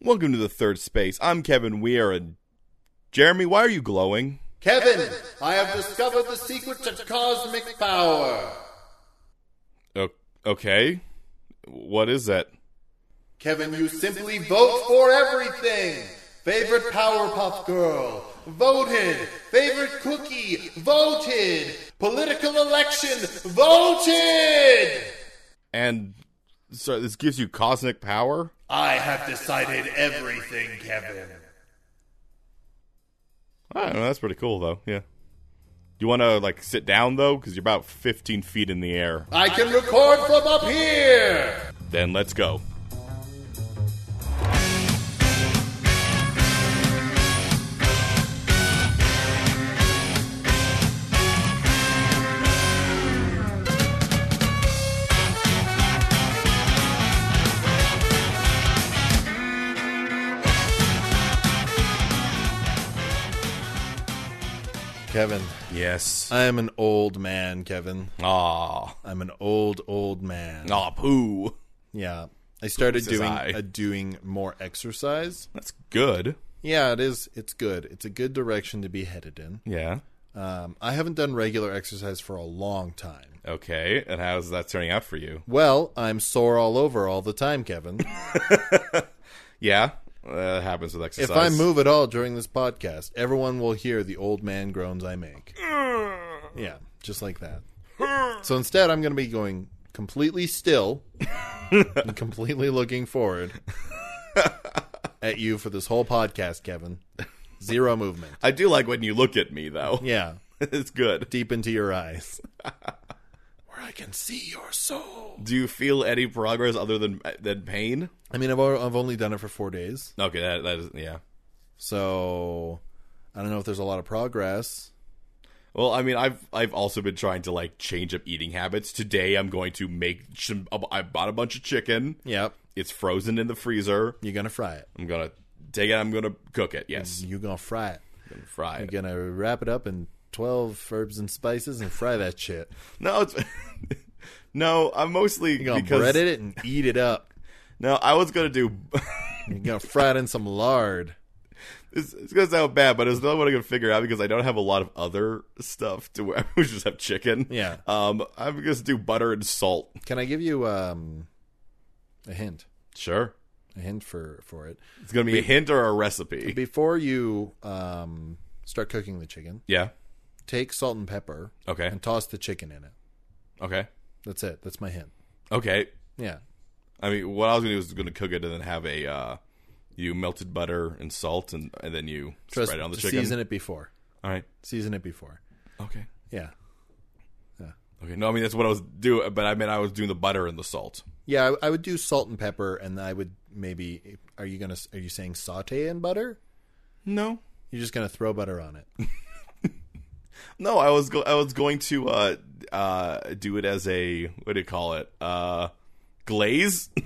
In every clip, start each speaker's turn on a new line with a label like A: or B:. A: Welcome to the third space. I'm Kevin Weir, and Jeremy, why are you glowing?
B: Kevin, I have discovered the secret to cosmic power.
A: O- okay. What is that?
B: Kevin, you simply vote for everything. Favorite Powerpuff Girl, voted. Favorite Cookie, voted. Political election, voted.
A: And so this gives you cosmic power?
B: I have decided everything, Kevin.
A: I don't know. That's pretty cool, though. Yeah. You want to like sit down though, because you're about 15 feet in the air.
B: I can record from up here.
A: Then let's go.
B: Kevin,
A: Yes.
B: I am an old man, Kevin.
A: Ah.
B: I'm an old, old man.
A: Ah. Poo.
B: Yeah. I started
A: Says
B: doing
A: I.
B: uh, doing more exercise.
A: That's good.
B: Yeah, it is. It's good. It's a good direction to be headed in.
A: Yeah.
B: Um, I haven't done regular exercise for a long time.
A: Okay. And how's that turning out for you?
B: Well, I'm sore all over all the time, Kevin.
A: Yeah. That happens with exercise.
B: if I move at all during this podcast, everyone will hear the old man groans I make. Yeah, just like that. So instead, I'm going to be going completely still and completely looking forward at you for this whole podcast, Kevin. Zero movement.
A: I do like when you look at me though.
B: Yeah.
A: it's good.
B: deep into your eyes. Where I can see your soul.
A: Do you feel any progress other than than pain?
B: I mean, I've, al- I've only done it for four days,
A: Okay. That that is yeah.
B: so I don't know if there's a lot of progress.
A: Well, I mean, I've I've also been trying to like change up eating habits. Today, I'm going to make. Some, I bought a bunch of chicken.
B: Yep.
A: It's frozen in the freezer.
B: You're going to fry it.
A: I'm gonna take it. I'm gonna cook it. Yes,
B: You're going to fry it.
A: Mm-hmm. fry it.
B: You're going to wrap it up in 12 herbs and spices and fry that shit.
A: No, it's no. I'm mostly
B: You're going to
A: because
B: bread it and eat it up.
A: no. I was gonna do.
B: You're going to fry it in some lard.
A: it's, it's gonna sound bad, but it's not what I can figure out because I don't have a lot of other stuff to where I would just have chicken.
B: Yeah.
A: Um, I'm gonna just do butter and salt.
B: Can I give you um, a hint?
A: Sure.
B: A hint for, for it.
A: It's gonna be, a hint or a recipe.
B: Before you um, start cooking the chicken,
A: yeah.
B: take salt and pepper
A: Okay.
B: and toss the chicken in it.
A: Okay.
B: That's it. That's my hint.
A: Okay.
B: Yeah.
A: I mean, what I was gonna do was gonna cook it and then have a uh, you melted butter and salt and and then you
B: Trust
A: spread it on the
B: to
A: chicken.
B: Season it before.
A: All right.
B: Season it before.
A: Okay.
B: Yeah.
A: Okay, no, I mean that's what I was doing, but I mean I was doing the butter and the salt.
B: Yeah, I, I would do salt and pepper, and I would maybe. Are you gonna? Are you saying saute in butter?
A: No,
B: You're just gonna throw butter on it.
A: no, I was go- I was going to uh, uh, do it as a what do you call it? Uh, glaze.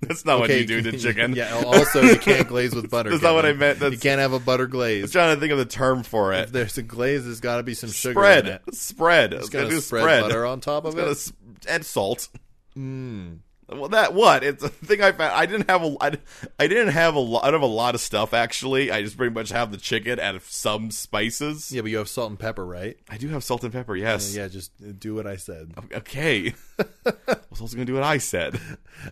A: that's not what you do to chicken.
B: yeah. Also, you can't glaze with butter.
A: That's not what
B: Kevin.
A: I meant.
B: You
A: That's-
B: can't have a butter
A: I'm
B: glaze.
A: trying to think of the term for
B: If
A: it.
B: there's a glaze, there's got to be some sugar in
A: Spread,
B: it.
A: spread. It's
B: Just gonna
A: do
B: spread, butter on top of
A: It's gonna
B: it.
A: s- add salt.
B: Hmm.
A: Well, that what? It's a thing I found. I didn't have a. I, I didn't have a lot I don't have a lot of stuff actually. I just pretty much have the chicken and some spices.
B: Yeah, but you have salt and pepper, right?
A: I do have salt and pepper. Yes.
B: Yeah, just do what I said.
A: Okay. I was also going to do what I said.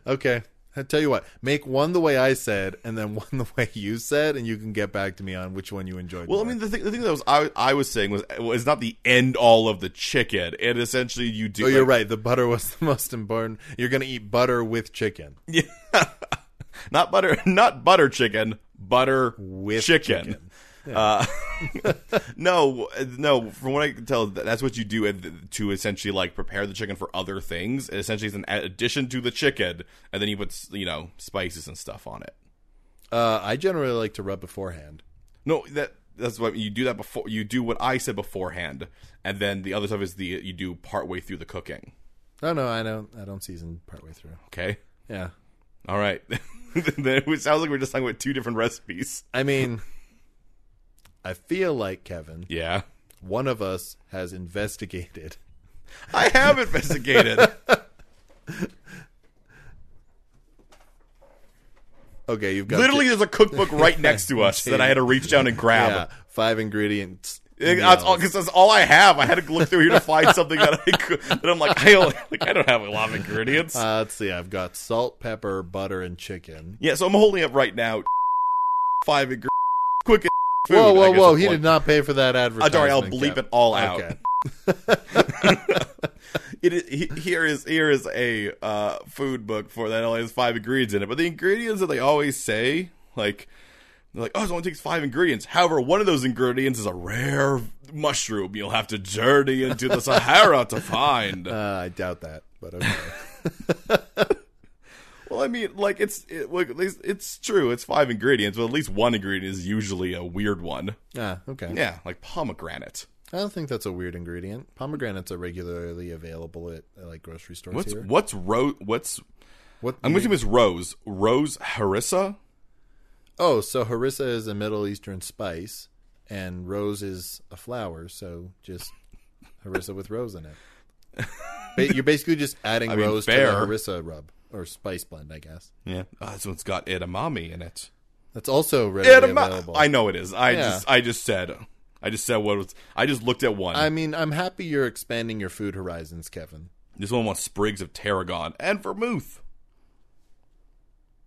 B: Okay. I tell you what, make one the way I said, and then one the way you said, and you can get back to me on which one you enjoyed.
A: Well, I
B: more.
A: mean, the thing, the thing that was I, I was saying was it's not the end all of the chicken. It essentially you do.
B: oh, you're right. The butter was the most important. You're gonna eat butter with chicken.
A: right. not butter, not butter chicken, butter
B: With
A: chicken.
B: chicken.
A: Uh, no, no. From what I can tell, th- that's what you do at- to essentially like prepare the chicken for other things. It essentially, it's an addition to the chicken, and then you put s- you know spices and stuff on it.
B: Uh, I generally like to rub beforehand.
A: No, that that's what you do that before you do what I said beforehand, and then the other stuff is the you do partway through the cooking.
B: Oh, No, no, I don't. I don't season partway through.
A: Okay,
B: Yeah,
A: all right. Then it sounds like we're just talking about two different recipes.
B: I mean, I feel like Kevin,
A: Yeah,
B: one of us has investigated.
A: I have investigated.
B: Okay, you've got
A: Literally, there's a cookbook right next to us that I had to reach down and
B: yeah,
A: grab.
B: five ingredients.
A: It- That's all
B: meals.
A: because that's all I have. I had to look through here to find something that I could. That I'm like, I only, like I don't have a lot of ingredients.
B: Uh, let's see. I've got salt, pepper, butter, and chicken.
A: yeah, so I'm holding up right now. Five ingredients. Quick. as Food,
B: whoa,
A: I
B: whoa,
A: guess
B: whoa!
A: is
B: He
A: one.
B: did not pay for that
A: Uh,
B: advertisement.
A: sorry, I'll bleep
B: Cap.
A: it all out.
B: Okay.
A: It is, he- here is here is a uh, food book for that only has five ingredients in it, but the ingredients that they always say, like they're like, oh, it only takes five ingredients. However, one of those ingredients is a rare mushroom you'll have to journey into the Sahara to find.
B: Uh, I doubt that, but okay.
A: Well, I mean, like it's it, like, at least it's true. It's five ingredients, but at least one ingredient is usually a weird one.
B: ah, okay.
A: Yeah, like pomegranate.
B: I don't think that's a weird ingredient. Pomegranates are regularly available at uh, like grocery stores
A: What's
B: here.
A: what's ro- What's
B: What?
A: I'm going to miss rose. Rose harissa.
B: oh, so harissa is a Middle Eastern spice, and rose is a flower. So just harissa with rose in it. Ba- You're basically just adding
A: mean,
B: rose
A: fair.
B: to the harissa rub or spice blend, I guess.
A: Yeah, oh, this one's got edamame in it.
B: That's also readily available.
A: I know it is. I
B: Yeah.
A: just I just said I just said what was I just looked at one.
B: I mean, I'm happy you're expanding your food horizons, Kevin.
A: this one wants sprigs of tarragon and vermouth.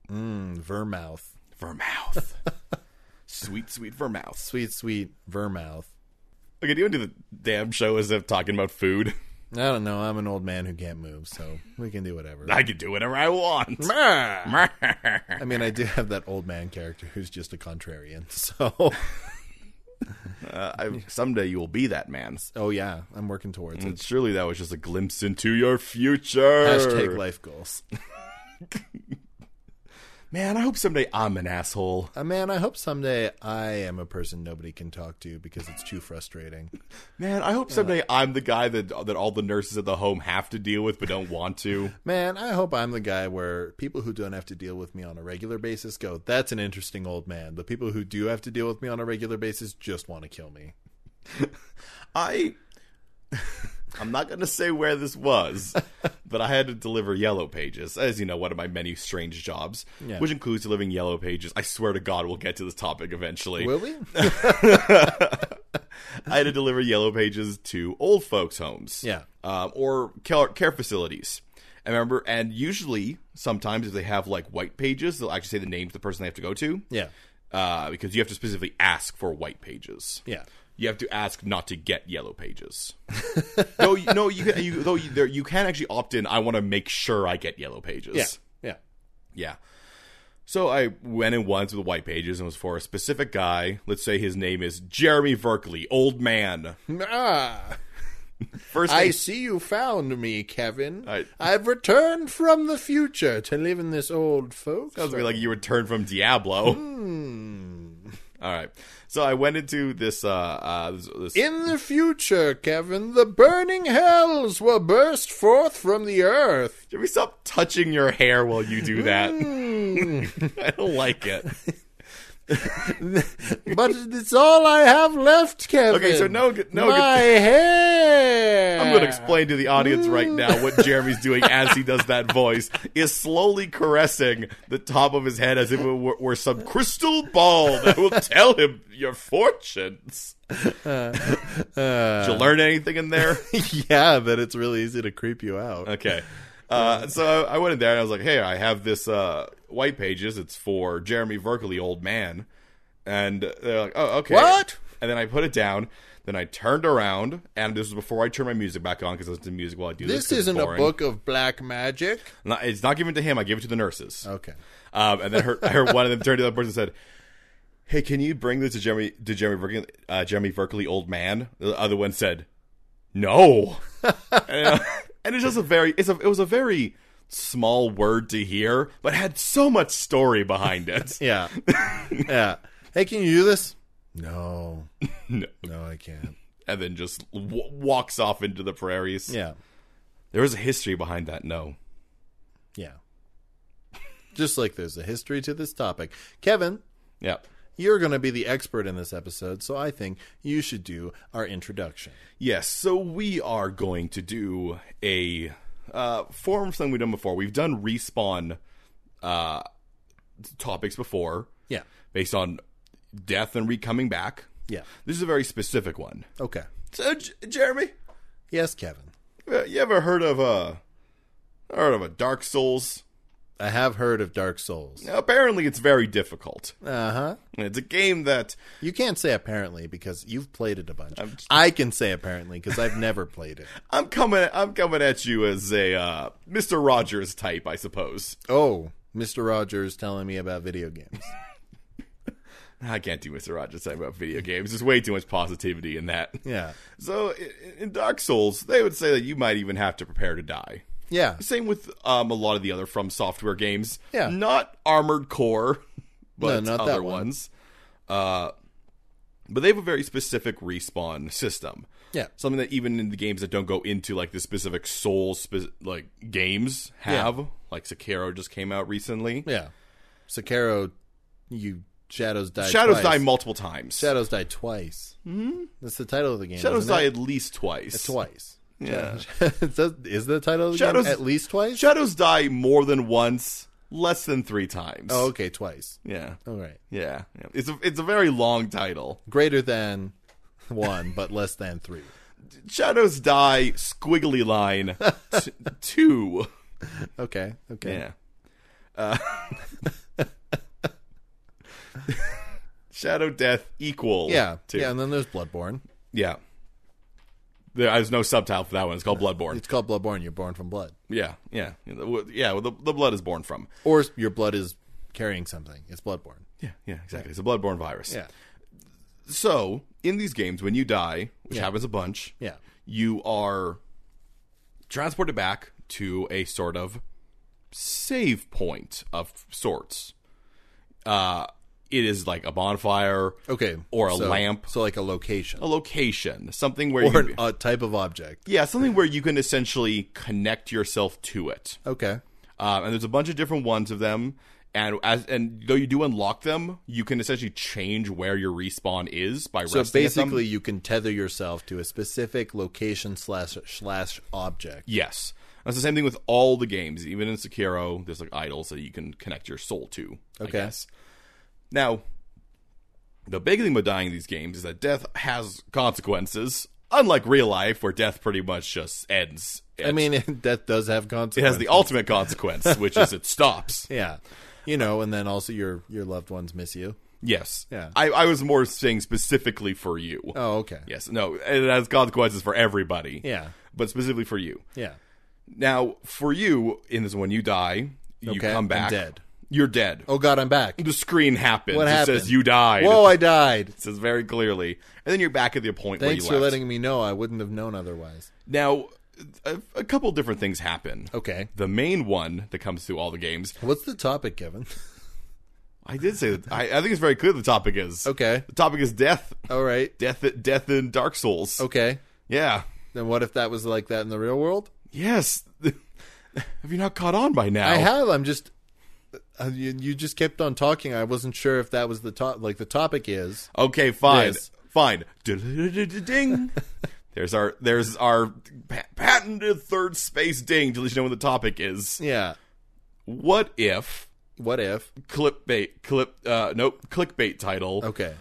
B: Mm, Vermouth,
A: Vermouth. sweet, sweet vermouth.
B: sweet, sweet vermouth.
A: Okay, do you want to do the damn show as if talking about food?
B: I don't know. I'm an old man who can't move, so we can do whatever.
A: I can do whatever I want.
B: I mean, I do have that old man character who's just a contrarian. So,
A: Uh, I, someday you will be that man.
B: oh yeah, I'm working towards it.
A: And surely that was just a glimpse into your future.
B: Hashtag life goals.
A: Man, I hope someday I'm an asshole.
B: Uh, man, I hope someday I am a person nobody can talk to because it's too frustrating.
A: Man, I
B: Uh,
A: hope someday I'm the guy that that all the nurses at the home have to deal with but don't want to.
B: Man, I hope I'm the guy where people who don't have to deal with me on a regular basis go, that's an interesting old man. The people who do have to deal with me on a regular basis just want to kill me.
A: I I'm not gonna say where this was, but I had to deliver yellow pages, as you know, one of my many strange jobs,
B: Yeah.
A: which includes delivering yellow pages. I swear to God, we'll get to this topic eventually.
B: Will we?
A: I had to deliver yellow pages to old folks' homes,
B: Yeah.
A: um, or care, care facilities. I remember, and usually, sometimes if they have like white pages, they'll actually say the name of the person they have to go to,
B: yeah.
A: uh, because you have to specifically ask for white pages.
B: Yeah.
A: you have to ask not to get yellow pages. no, you, no, you, can- you though you, there, you can actually opt in. I want to make sure I get yellow pages.
B: Yeah. Yeah.
A: yeah. So I went in once with white pages and was for a specific guy. Let's say his name is Jeremy Verkley, old man.
B: Ah,
A: First
B: I
A: name-
B: see you found me, Kevin.
A: I-
B: have returned from the future to live in this old folks.
A: Sounds to me like you returned from Diablo.
B: Hmm.
A: All right. So I went into this. Uh, uh, this, this
B: In the future, Kevin, the burning hells will burst forth from the earth.
A: Jimmy, stop touching your hair while you do that.
B: Hmm.
A: I don't like it.
B: But it's all I have left, Kevin.
A: Okay, so no, no.
B: my hair.
A: I'm going to explain to the audience right now what Jeremy's doing as he does that voice is slowly caressing the top of his head as if it were, were some crystal ball that will tell him your fortunes.
B: Uh,
A: Did you learn anything in there?
B: yeah, that it's really easy to creep you out.
A: Okay. Uh, so I went in there and I was like, "Hey, I have this uh, white pages. It's for Jeremy Verkley, old man." And they're like, "Oh, okay."
B: What?
A: And then I put it down. Then I turned around, and this was before I turned my music back on because I listen to music while I do this.
B: this
A: 'cause it's
B: isn't a
A: boring.
B: book of black magic.
A: Not- it's not given to him. I give it to the nurses.
B: Okay.
A: Um, and then her, I heard one of them turn to the other person and said, "Hey, can you bring this to Jeremy to Jeremy Verkley, uh, Jeremy Verkley, old man?" The other one said, "No." and, uh, and it's just a very it's a it was a very small word to hear, but had so much story behind it.
B: Yeah. yeah. Hey, can you do this? No.
A: No.
B: No, I can't.
A: and then just w- walks off into the prairies.
B: Yeah.
A: There was a history behind that. No.
B: Yeah. Just like there's a history to this topic. Kevin,
A: Yeah.
B: you're going to be the expert in this episode, so I think you should do our introduction.
A: Yes, so we are going to do a uh, form of something we've done before. We've done respawn uh, topics before
B: Yeah.
A: based on death and re coming back.
B: Yeah.
A: This is a very specific one.
B: Okay.
A: So, J- Jeremy,
B: Yes, Kevin.
A: uh, you ever heard of uh heard of a Dark Souls?
B: I have heard of Dark Souls.
A: Now, apparently, it's very difficult.
B: Uh huh.
A: It's a game that
B: You can't say apparently because you've played it a bunch. I can say apparently because I've never played it.
A: I'm coming. I'm coming at you as a uh, Mister Rogers type, I suppose.
B: Oh, Mr. Rogers telling me about video games.
A: I can't do Mister Rogers type about video games. There's way too much positivity in that.
B: Yeah.
A: So i- in Dark Souls, they would say that you might even have to prepare to die.
B: Yeah.
A: Same with um, a lot of the other From Software games.
B: Yeah.
A: Not Armored Core, but
B: No, not that
A: other
B: one.
A: ones. Uh, but they have a very specific respawn system.
B: Yeah.
A: Something that even in the games that don't go into like the specific soul spe- like games have. Like Sekiro just came out recently.
B: Yeah. Sekiro, you Shadows Die
A: Shadows
B: twice.
A: die multiple times.
B: Shadows Die twice. Mm-hmm. That's the title of the game.
A: Shadows
B: isn't
A: die
B: it?
A: at least twice.
B: twice.
A: Yeah.
B: Is that- is the title of the
A: Shadows-
B: game at least twice?
A: Shadows die more than once, less than three times.
B: oh, okay, twice.
A: yeah.
B: All right.
A: Yeah, yeah. It's a it's a very long title.
B: Greater than one, but less than three.
A: Shadows die squiggly line t- two.
B: Okay. Okay.
A: Yeah. Uh, Shadow death equal.
B: Yeah.
A: Two.
B: Yeah, and then there's Bloodborne.
A: Yeah. There, there's no subtitle for that one. It's called Bloodborne.
B: It's called Bloodborne. You're born from blood,
A: Yeah, yeah, yeah. The, yeah, well, the, the blood is born from.
B: or your blood is carrying something. It's Bloodborne.
A: Yeah, yeah, exactly. It's a bloodborne virus.
B: Yeah.
A: So in these games, when you die, which happens a bunch,
B: Yeah.
A: you are transported back to a sort of save point of sorts. Uh, it is like a bonfire,
B: Okay.
A: Or a
B: so-
A: lamp.
B: So like a location
A: a location, something where
B: or
A: you,
B: an, a type of object.
A: yeah, something where you can essentially connect yourself to it.
B: Okay.
A: Um, and there's a bunch of different ones of them. And as and though you do unlock them, you can essentially change where your respawn is by
B: So
A: resting at them.
B: basically, you can tether yourself to a specific location slash slash object.
A: Yes. That's the same thing with all the games. Even in Sekiro, there's like idols that you can connect your soul to. I
B: Okay.
A: guess. Now, the big thing about dying in these games is that death has consequences. Unlike real life, where death pretty much just ends.
B: I mean, that does have
A: it has
B: consequences.
A: the ultimate consequence, which is it stops.
B: yeah, you know, and then also your your loved ones miss you.
A: Yes.
B: Yeah.
A: I, I was more saying specifically for you.
B: Oh, okay.
A: Yes. No, it has consequences for everybody.
B: Yeah.
A: But specifically for you.
B: Yeah.
A: Now, for you, in this when you die, you
B: Okay,
A: come
B: I'm
A: back.
B: dead.
A: You're dead.
B: Oh God, I'm back.
A: The screen happens.
B: What
A: it
B: happened?
A: says you died.
B: Whoa, I died.
A: It says very clearly. And then you're back at the point where you
B: Thanks for
A: left.
B: letting me know. I wouldn't have known otherwise.
A: now, a, a couple different things happen.
B: Okay.
A: The main one that comes through all the games,
B: What's the topic, Kevin?
A: I did say that. I, I think it's very clear the topic is.
B: Okay.
A: The topic is death.
B: All right.
A: Death death in Dark Souls.
B: Okay.
A: Yeah.
B: Then what if that was like that in the real world?
A: Yes. Have you not caught on by now?
B: I have. I'm just. Uh, you, you just kept on talking. I wasn't sure if that was the top. Like the topic is.
A: Okay, fine,
B: This.
A: fine. Ding. there's our there's our pa- patented third space ding to let you know what the topic is.
B: Yeah.
A: What if
B: What if?
A: clickbait clip uh nope clickbait title?
B: Okay.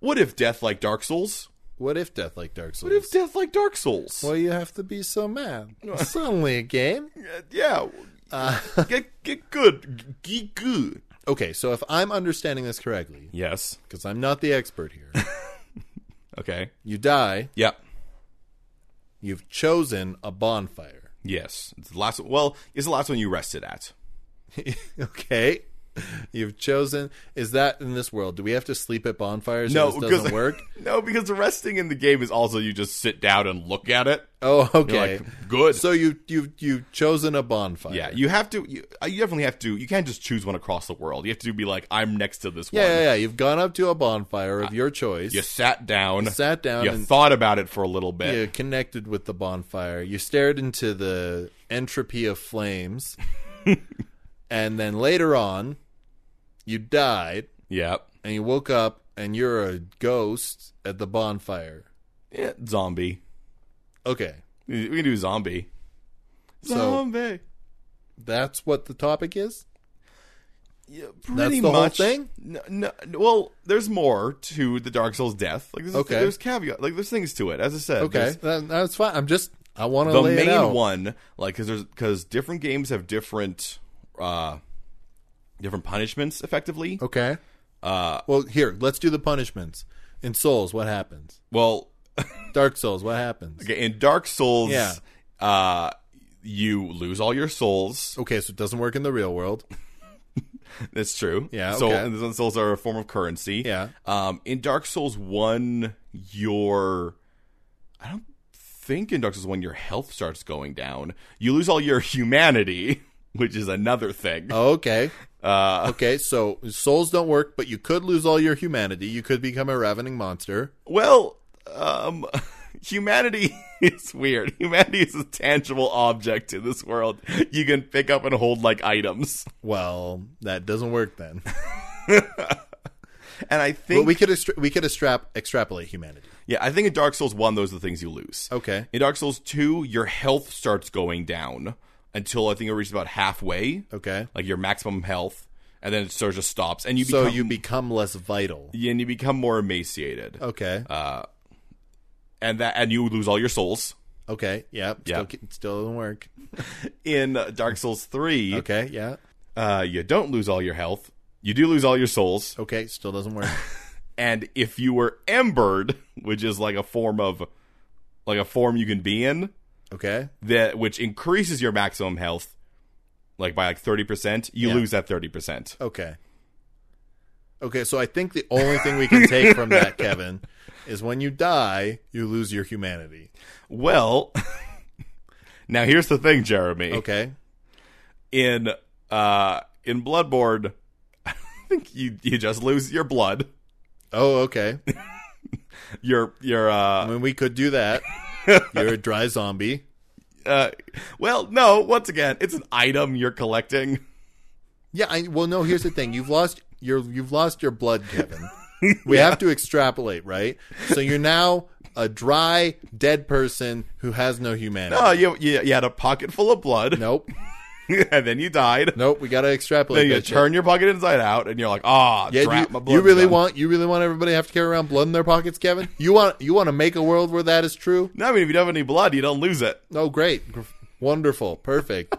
A: What if death like Dark Souls?
B: What if death like Dark Souls?
A: What if death like Dark Souls?
B: Why you have to be so mad? It's only a game.
A: Uh, yeah.
B: Uh.
A: get get good. Get good.
B: Okay, so if I'm understanding this correctly,
A: Yes.
B: because I'm not the expert here,
A: Okay.
B: you die.
A: Yep.
B: You've chosen a bonfire.
A: Yes. It's the last well, it's the last one you rested at.
B: okay. You've chosen. Is that in this world? Do we have to sleep at bonfires?
A: No,
B: No, this doesn't work.
A: no, because resting in the game is also you just sit down and look at it.
B: Oh,
A: You're
B: okay.
A: like, good.
B: so you you you've chosen a bonfire.
A: yeah, you have to. You, uh, you definitely have to. You can't just choose one across the world. You have to be like, I'm next to this
B: yeah,
A: one.
B: yeah, yeah. You've gone up to a bonfire of your choice.
A: You sat down. Uh, You,
B: sat down and
A: thought about it for a little bit.
B: you connected with the bonfire. You stared into the entropy of flames, and then later on, you died
A: Yep.
B: and you woke up and you're a ghost at the bonfire.
A: Yeah, zombie.
B: Okay,
A: We can do zombie.
B: So-
A: zombie.
B: that's what the topic is.
A: Yeah, pretty
B: the whole
A: much.
B: thing?
A: No, no, well, there's more to the Dark Souls death. Like, there's,
B: Okay.
A: there's caveat. Like, there's things to it. As I said,
B: Okay,
A: there's-
B: that, that's fine. I'm just I want to
A: the
B: lay it out.
A: main one, like, because there's because different games have different, uh, different punishments. Effectively,
B: Okay. Uh, well, here let's do the punishments. In Souls, what happens?
A: well,
B: Dark Souls, what happens? Okay,
A: okay, in Dark Souls,
B: Yeah.
A: uh, you lose all your souls.
B: so it doesn't work in the real world.
A: That's true.
B: Yeah,
A: So
B: okay.
A: and souls are a form of currency.
B: Yeah.
A: Um, in Dark Souls one, your I don't think in Dark Souls one your health starts going down. You lose all your humanity, which is another thing.
B: Okay.
A: Uh,
B: Okay, so souls don't work, but you could lose all your humanity. You could become a ravening monster.
A: well, um, humanity is weird. Humanity is a tangible object in this world. You can pick up and hold like items,
B: Well, that doesn't work then.
A: and I think
B: but we could extra- we could extrap- extrapolate humanity.
A: yeah, I think in Dark Souls one those are the things you lose.
B: Okay.
A: In Dark Souls 2, your health starts going down until I think it reaches about halfway,
B: Okay.
A: like your maximum health, and then it sort of just stops, and you
B: So
A: become
B: you become less vital.
A: and you become more emaciated,
B: Okay.
A: Uh, and that and you lose all your souls.
B: okay. Yeah.
A: yeah.
B: Still, ca- still doesn't work.
A: In uh, Dark Souls 3,
B: Okay. Yeah.
A: uh, you don't lose all your health. You do lose all your souls,
B: Okay. Still doesn't work.
A: and if you were embered, which is like a form of like a form you can be in,
B: Okay.
A: that which increases your maximum health like by like 30%, you
B: Yeah.
A: lose that 30%.
B: Okay. Okay, so I think the only thing we can take from that, Kevin, is when you die, you lose your humanity.
A: Well, now here's the thing, Jeremy.
B: Okay.
A: In uh in Bloodborne, I think you you just lose your blood.
B: Oh, okay.
A: Your your
B: I
A: uh,
B: mean, we could do that. You're a dry zombie.
A: uh well, no, once again, it's an item you're collecting.
B: Yeah. I, well, no. Here's the thing: you've lost your you've lost your blood, Kevin. We have to extrapolate, right? So you're now a dry, dead person who has no humanity.
A: Oh, you, you you had a pocket full of blood
B: Nope.
A: and then you died.
B: Nope. We gotta extrapolate.
A: Then you
B: that shit.
A: turn your pocket inside out and you're like, "Ah,
B: Yeah,
A: drat
B: you,
A: my blood."
B: you really
A: gun."
B: want you really want everybody to have to carry around blood in their pockets, Kevin? You want you want to make a world where that is true?
A: No, I mean, if you don't have any blood, you don't lose it.
B: Oh, great, Gr- wonderful, perfect.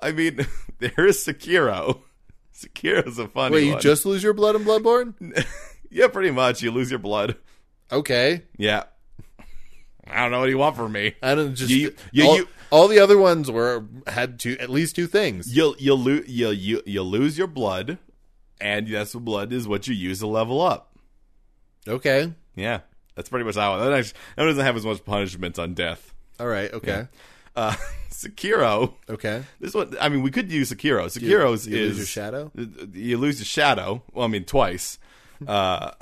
A: I mean, there is Sekiro. Sekiro's a funny
B: Wait,
A: one.
B: you just lose your blood in Bloodborne?
A: yeah, pretty much. You lose your blood.
B: Okay,
A: Yeah. I don't know what do you want from me.
B: I don't just
A: You- you-
B: all,
A: you-
B: all the other ones were had two at least two things.
A: You'll you'll lose you'll, you you'll lose your blood, and that's what blood is what you use to level up.
B: Okay,
A: Yeah, that's pretty much how. That, actually, that doesn't have as much punishment on death.
B: all right, okay,
A: Uh, Sekiro.
B: okay.
A: This one, I mean, we could use Sekiro. Sekiro's
B: you
A: is
B: lose your shadow?
A: You lose your shadow. Well, I mean, twice. Uh,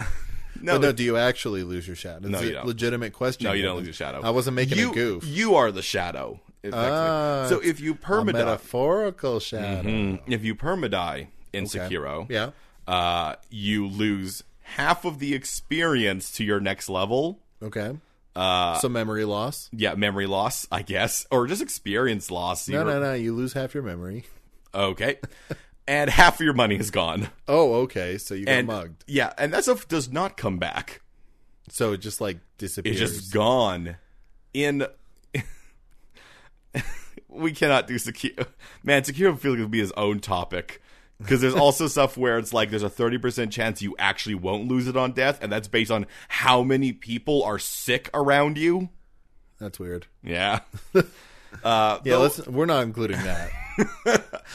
A: no,
B: But no, do you actually lose your shadow? It's
A: No,
B: a
A: you don't.
B: legitimate question.
A: No, you don't
B: Kevin.
A: lose your shadow.
B: I wasn't making
A: you,
B: a goof.
A: You are the shadow. effectively.
B: Ah,
A: so if you
B: A
A: permadie,
B: metaphorical shadow.
A: Mm, if you permadie in Sekiro,
B: Yeah.
A: uh, you lose half of the experience to your next level.
B: Okay. Uh, Some memory loss.
A: Yeah, memory loss, I guess, or just experience loss.
B: No,
A: You're-
B: no, no. You lose half your memory.
A: Okay, and half of your money is gone.
B: Oh, okay. So you got
A: And
B: mugged.
A: yeah, and that stuff does not come back.
B: So it just like disappears.
A: It's just gone. In we cannot do Sekiro. Man, Sekiro feels like it'll be his own topic because there's also stuff where it's like there's a thirty percent chance you actually won't lose it on death, and that's based on how many people are sick around you.
B: That's weird.
A: Yeah. Uh,
B: Yeah, let's, we're not including that.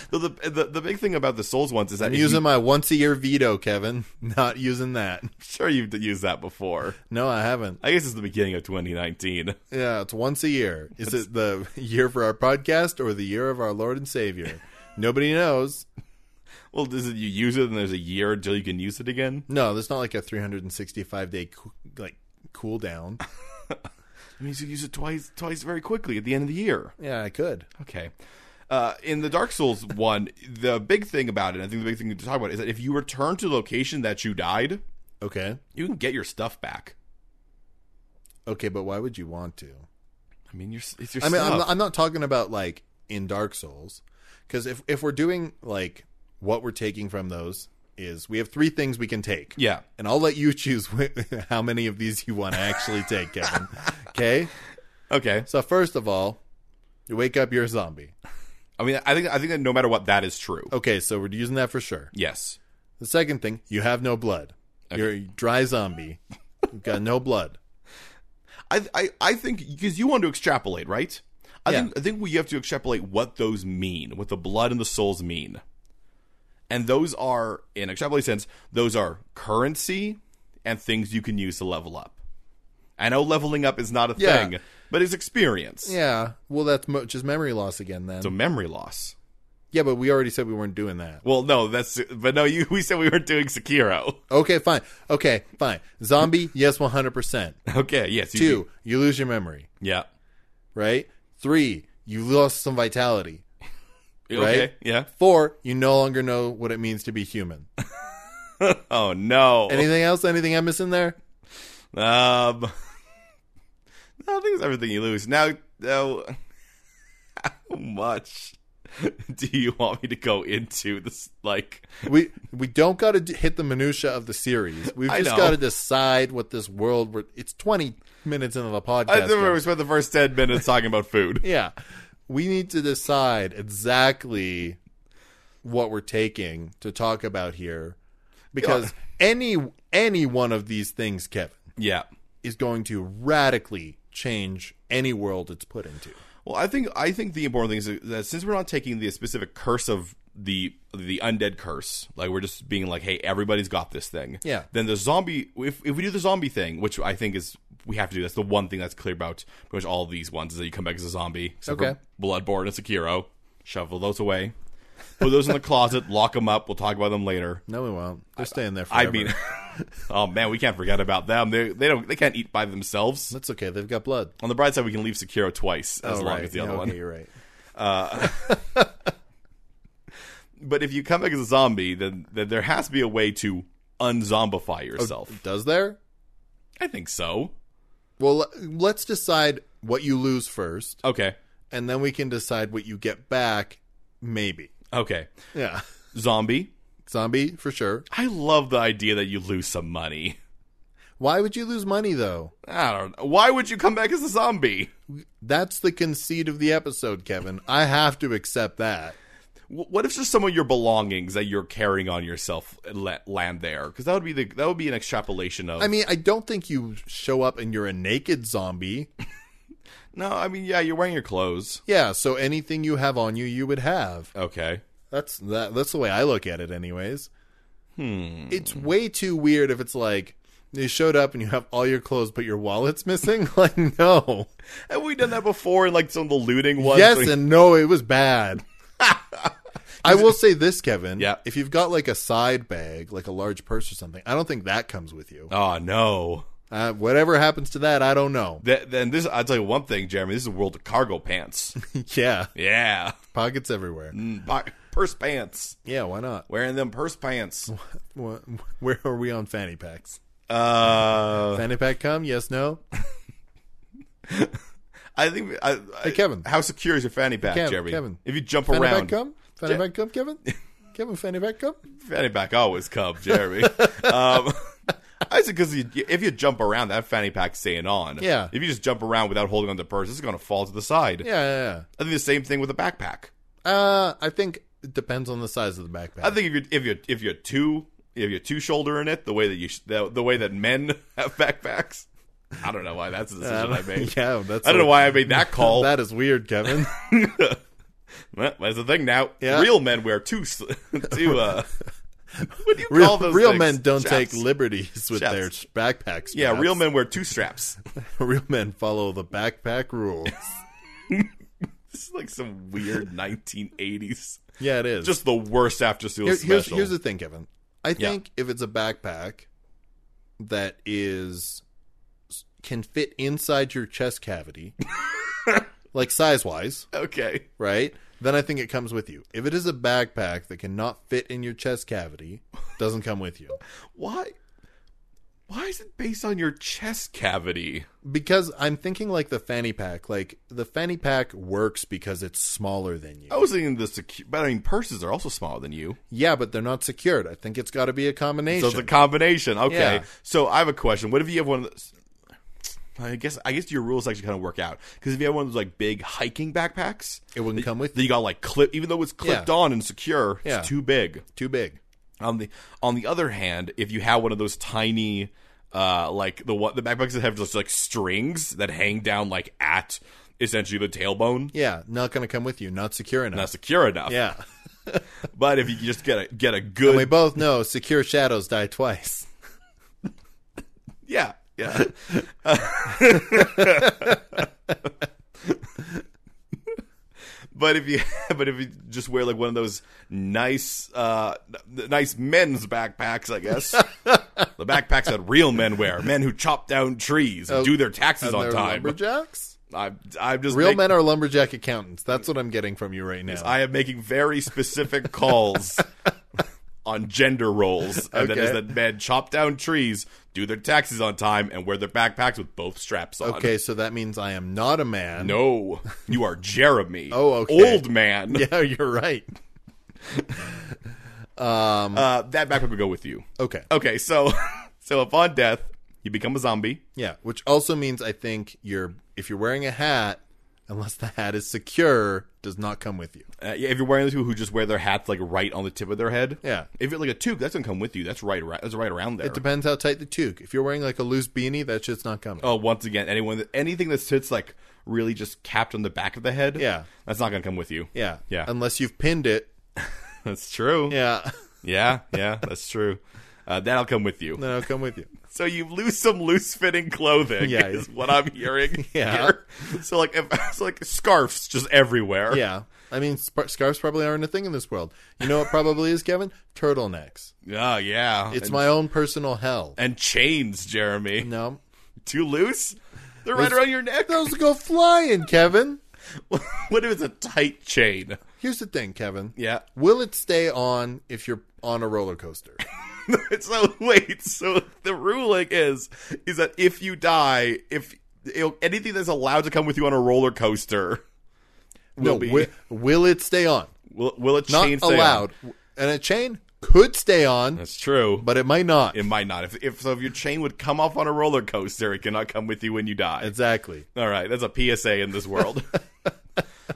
A: So the, the the big thing about the Souls ones is that
B: I'm
A: if
B: using
A: you,
B: my once a year veto, Kevin. Not using that.
A: sure you've used that before.
B: No, I haven't.
A: I guess it's the beginning of 2019.
B: Yeah, it's once a year. Is it the year for our podcast or the year of our Lord and Savior? Nobody knows.
A: Well, is it you use it and there's a year until you can use it again?
B: No, there's not like a 365 day coo- like cool down.
A: It means you use it twice twice very quickly at the end of the year.
B: Yeah, I could.
A: Okay. Uh, in the Dark Souls one, the big thing about it, I think the big thing to talk about is that if you return to the location that you died,
B: Okay.
A: you can get your stuff back.
B: Okay, but why would you want to?
A: I mean, your, it's your
B: I mean,
A: stuff.
B: I'm not, I'm not talking about like in Dark Souls. because if if we're doing like what we're taking from those is we have three things we can take.
A: Yeah.
B: and I'll let you choose wh- how many of these you want to actually take, Kevin. Okay,
A: Okay.
B: so first of all, you wake up, you're a zombie.
A: I mean, I think I think that no matter what, that is true.
B: Okay, so we're using that for sure.
A: Yes.
B: The second thing, you have no blood. You're a dry zombie. You've got no blood.
A: I I, I think because you want to extrapolate, right? I
B: Yeah.
A: think I think we have to extrapolate what those mean, what the blood and the souls mean, and those are in extrapolate sense, those are currency and things you can use to level up. I know leveling up is not a
B: Yeah.
A: thing, but it's experience.
B: Yeah. Well, that's mo- just memory loss again then.
A: So memory loss.
B: yeah, but we already said we weren't doing that.
A: Well, no, that's but no, you we said we were doing Sekiro.
B: Okay, fine. Okay, fine. Zombie, yes, 100%.
A: Okay, yes, you do.
B: Two, you lose your memory,
A: Yeah.
B: right? Three, you lost some vitality.
A: Okay, yeah.
B: Four, you no longer know what it means to be human.
A: Oh no.
B: Anything else? Anything I'm missing there?
A: Um, I think it's everything you lose. Now, now, how much do you want me to go into this? Like,
B: We we don't got to d- hit the minutia of the series. We've
A: I
B: just
A: know.
B: got to decide what this world. We're, it's 20 minutes into the podcast.
A: I remember
B: guys.
A: we spent the first ten minutes talking about food.
B: Yeah. We need to decide exactly what we're taking to talk about here because any any one of these things, Kevin,
A: Yeah.
B: is going to radically change any world it's put into.
A: Well, I think I think the important thing is that since we're not taking the specific curse of the the undead curse, like we're just being like, hey, everybody's got this thing.
B: Yeah.
A: Then the zombie, if if we do the zombie thing, which I think is we have to do, that's the one thing that's clear about pretty much all of these ones is that you come back as a zombie. Except
B: Okay.
A: For Bloodborne and Sekiro, shovel those away, put those in the closet, lock them up. We'll talk about them later.
B: No, we won't. They're staying there forever.
A: I mean, oh man, we can't forget about them. They they don't they can't eat by themselves.
B: that's okay. They've got blood.
A: On the bright side, we can leave Sekiro twice as
B: Oh,
A: long
B: right.
A: as the
B: Yeah,
A: other
B: okay,
A: one.
B: You're right.
A: But if you come back as a zombie, then, then there has to be a way to unzombify yourself.
B: Does there?
A: Oh, I think so.
B: Well, le- let's decide what you lose first,
A: Okay.
B: and then we can decide what you get back. Maybe.
A: Okay.
B: Yeah.
A: Zombie.
B: Zombie for sure.
A: I love the idea that you lose some money.
B: Why would you lose money though?
A: I don't know. Why would you come back as a zombie?
B: That's the conceit of the episode, Kevin. I have to accept that.
A: W- What if just some of your belongings that you're carrying on yourself la- land there? Because that would be the that would be an extrapolation of.
B: I mean, I don't think you show up and you're a naked zombie.
A: no, I mean, yeah, you're wearing your clothes.
B: Yeah, so anything you have on you, you would have.
A: Okay.
B: That's that, that's the way I look at it anyways. Hmm. It's way too weird if it's like you showed up and you have all your clothes but your wallet's missing. like no.
A: Have we done that before in like some of the looting ones?
B: Yes and no, it was bad. I will say this, Kevin.
A: Yeah.
B: If you've got like a side bag, like a large purse or something, I don't think that comes with you.
A: oh no.
B: Uh, whatever happens to that, I don't know.
A: Th- then this I'll tell you one thing, Jeremy. This is a world of cargo pants.
B: yeah,
A: yeah. Mm.
B: pockets everywhere.
A: Buy- purse pants.
B: Yeah, why not?
A: Wearing them purse pants.
B: Wha- Where are we on fanny packs?
A: Uh,
B: Fanny pack come? Yes, no.
A: I think. I, I,
B: Hey, Kevin.
A: How secure is your fanny pack,
B: Kev-
A: Jeremy?
B: Kevin.
A: If you jump
B: Fanny
A: around,
B: pack come? Fanny
A: Yeah.
B: pack come, Kevin? Kevin, fanny pack come?
A: fanny pack always come, Jeremy. um, I said because you, if you jump around, that fanny pack's staying on.
B: Yeah.
A: If you just jump around without holding on to the purse, it's going to fall to the side.
B: Yeah, yeah,
A: I think the same thing with a backpack.
B: yeah. Uh, I think it depends on the size of the backpack.
A: I think if you if you if you're two if you're two shouldering it the way that you sh- the, the way that men have backpacks. I don't know why that's the decision I made.
B: yeah, that's
A: I don't know why I made that call.
B: That is weird, Kevin.
A: Well, that's the thing now.
B: Yeah.
A: Real men wear two. s- two uh, what do you
B: Real,
A: call those?
B: real
A: things?
B: men don't
A: Straps.
B: take liberties with
A: Straps.
B: their backpacks.
A: Yeah,
B: perhaps.
A: real men wear two straps.
B: real men follow the backpack rules.
A: this is like some weird 1980s.
B: yeah, it is.
A: Just the worst after school
B: Here- here's,
A: special.
B: here's the thing, Kevin. I think if it's a backpack that is can fit inside your chest cavity, like size wise,
A: okay.
B: right? Then I think it comes with you. If it is a backpack that cannot fit in your chest cavity, doesn't come with you.
A: Why? Why is it based on your chest cavity?
B: because I'm thinking like the fanny pack. Like the fanny pack works because it's smaller than you.
A: I was thinking the secu- but I mean purses are also smaller than you.
B: Yeah, but they're not secured. I think it's got to be a
A: So
B: combination.
A: it's a combination. Okay.
B: Yeah.
A: So I have a question. What if you have one of those? I guess I guess your rules actually kind of work out because if you have one of those like big hiking backpacks
B: it wouldn't come with
A: that you got like clip, even though it's clipped
B: Yeah.
A: on and secure,
B: Yeah.
A: it's too big.
B: too big.
A: On the on the other hand, if you have one of those tiny, uh, like the what the backpacks that have just like strings that hang down like at essentially the tailbone,
B: Yeah, not going to come with you. Not secure enough.
A: not secure enough.
B: yeah,
A: But if you can just get a get a
B: we
A: good
B: both know secure shadows die twice.
A: yeah yeah, but if you but if you just wear like one of those nice uh n- nice men's backpacks, I guess the backpacks that real men wear, men who chop down trees and do their taxes
B: Oh, And
A: on
B: they're
A: time.
B: Lumberjacks.
A: I'm I'm just
B: Real
A: make-
B: men are lumberjack accountants. That's what I'm getting from you right now.
A: I am making very specific calls on gender roles, and that is
B: Okay.
A: that men chop down trees, do their taxes on time, and wear their backpacks with both straps on.
B: okay, so that means I am not a man.
A: No, you are Jeremy.
B: Oh, okay.
A: Old man.
B: Yeah, you're right.
A: Uh, that backpack would go with you.
B: Okay.
A: Okay, so so upon death, you become a zombie.
B: Yeah, which also means I think you're if you're wearing a hat, unless the hat is secure, does not come with you.
A: Uh, yeah, if you're wearing those people who just wear their hats like right on the tip of their head,
B: Yeah.
A: If you're like a toque, that's gonna come with you. That's right. ar- That's right around there.
B: Depends how tight the toque. If you're wearing like a loose beanie, that shit's not coming.
A: Oh, once again, anyone, anything that sits like really just capped on the back of the head,
B: Yeah.
A: that's not gonna come with you.
B: Yeah.
A: Yeah.
B: Unless you've pinned it.
A: That's true. Yeah,
B: Yeah.
A: yeah, that's true. Uh, that'll come with you.
B: then I'll come with you.
A: So you lose some loose fitting clothing,
B: Yeah.
A: is what I'm hearing.
B: Yeah.
A: here. So like, if, it's like scarves just everywhere.
B: Yeah. I mean, sp- scarves probably aren't a thing in this world. You know what probably is, Kevin? Turtlenecks.
A: Oh, yeah.
B: It's
A: and,
B: my own personal hell.
A: and chains, Jeremy.
B: No.
A: Too loose. They're right
B: Those-
A: around your neck.
B: Those go flying, Kevin.
A: what if it's a tight chain?
B: Here's the thing, Kevin.
A: Yeah.
B: Will it stay on if you're on a roller coaster?
A: so wait, so the ruling is is that if you die, if it'll- anything that's allowed to come with you on a roller coaster will
B: no.
A: be
B: Will, will it stay on?
A: will, will a
B: Not
A: chain stay on?
B: allowed. And a chain could stay on,
A: That's true, but
B: but it might not.
A: it might not. If, if so, if your chain would come off on a roller coaster, it cannot come with you when you die.
B: exactly.
A: All right, that's a PSA in this world.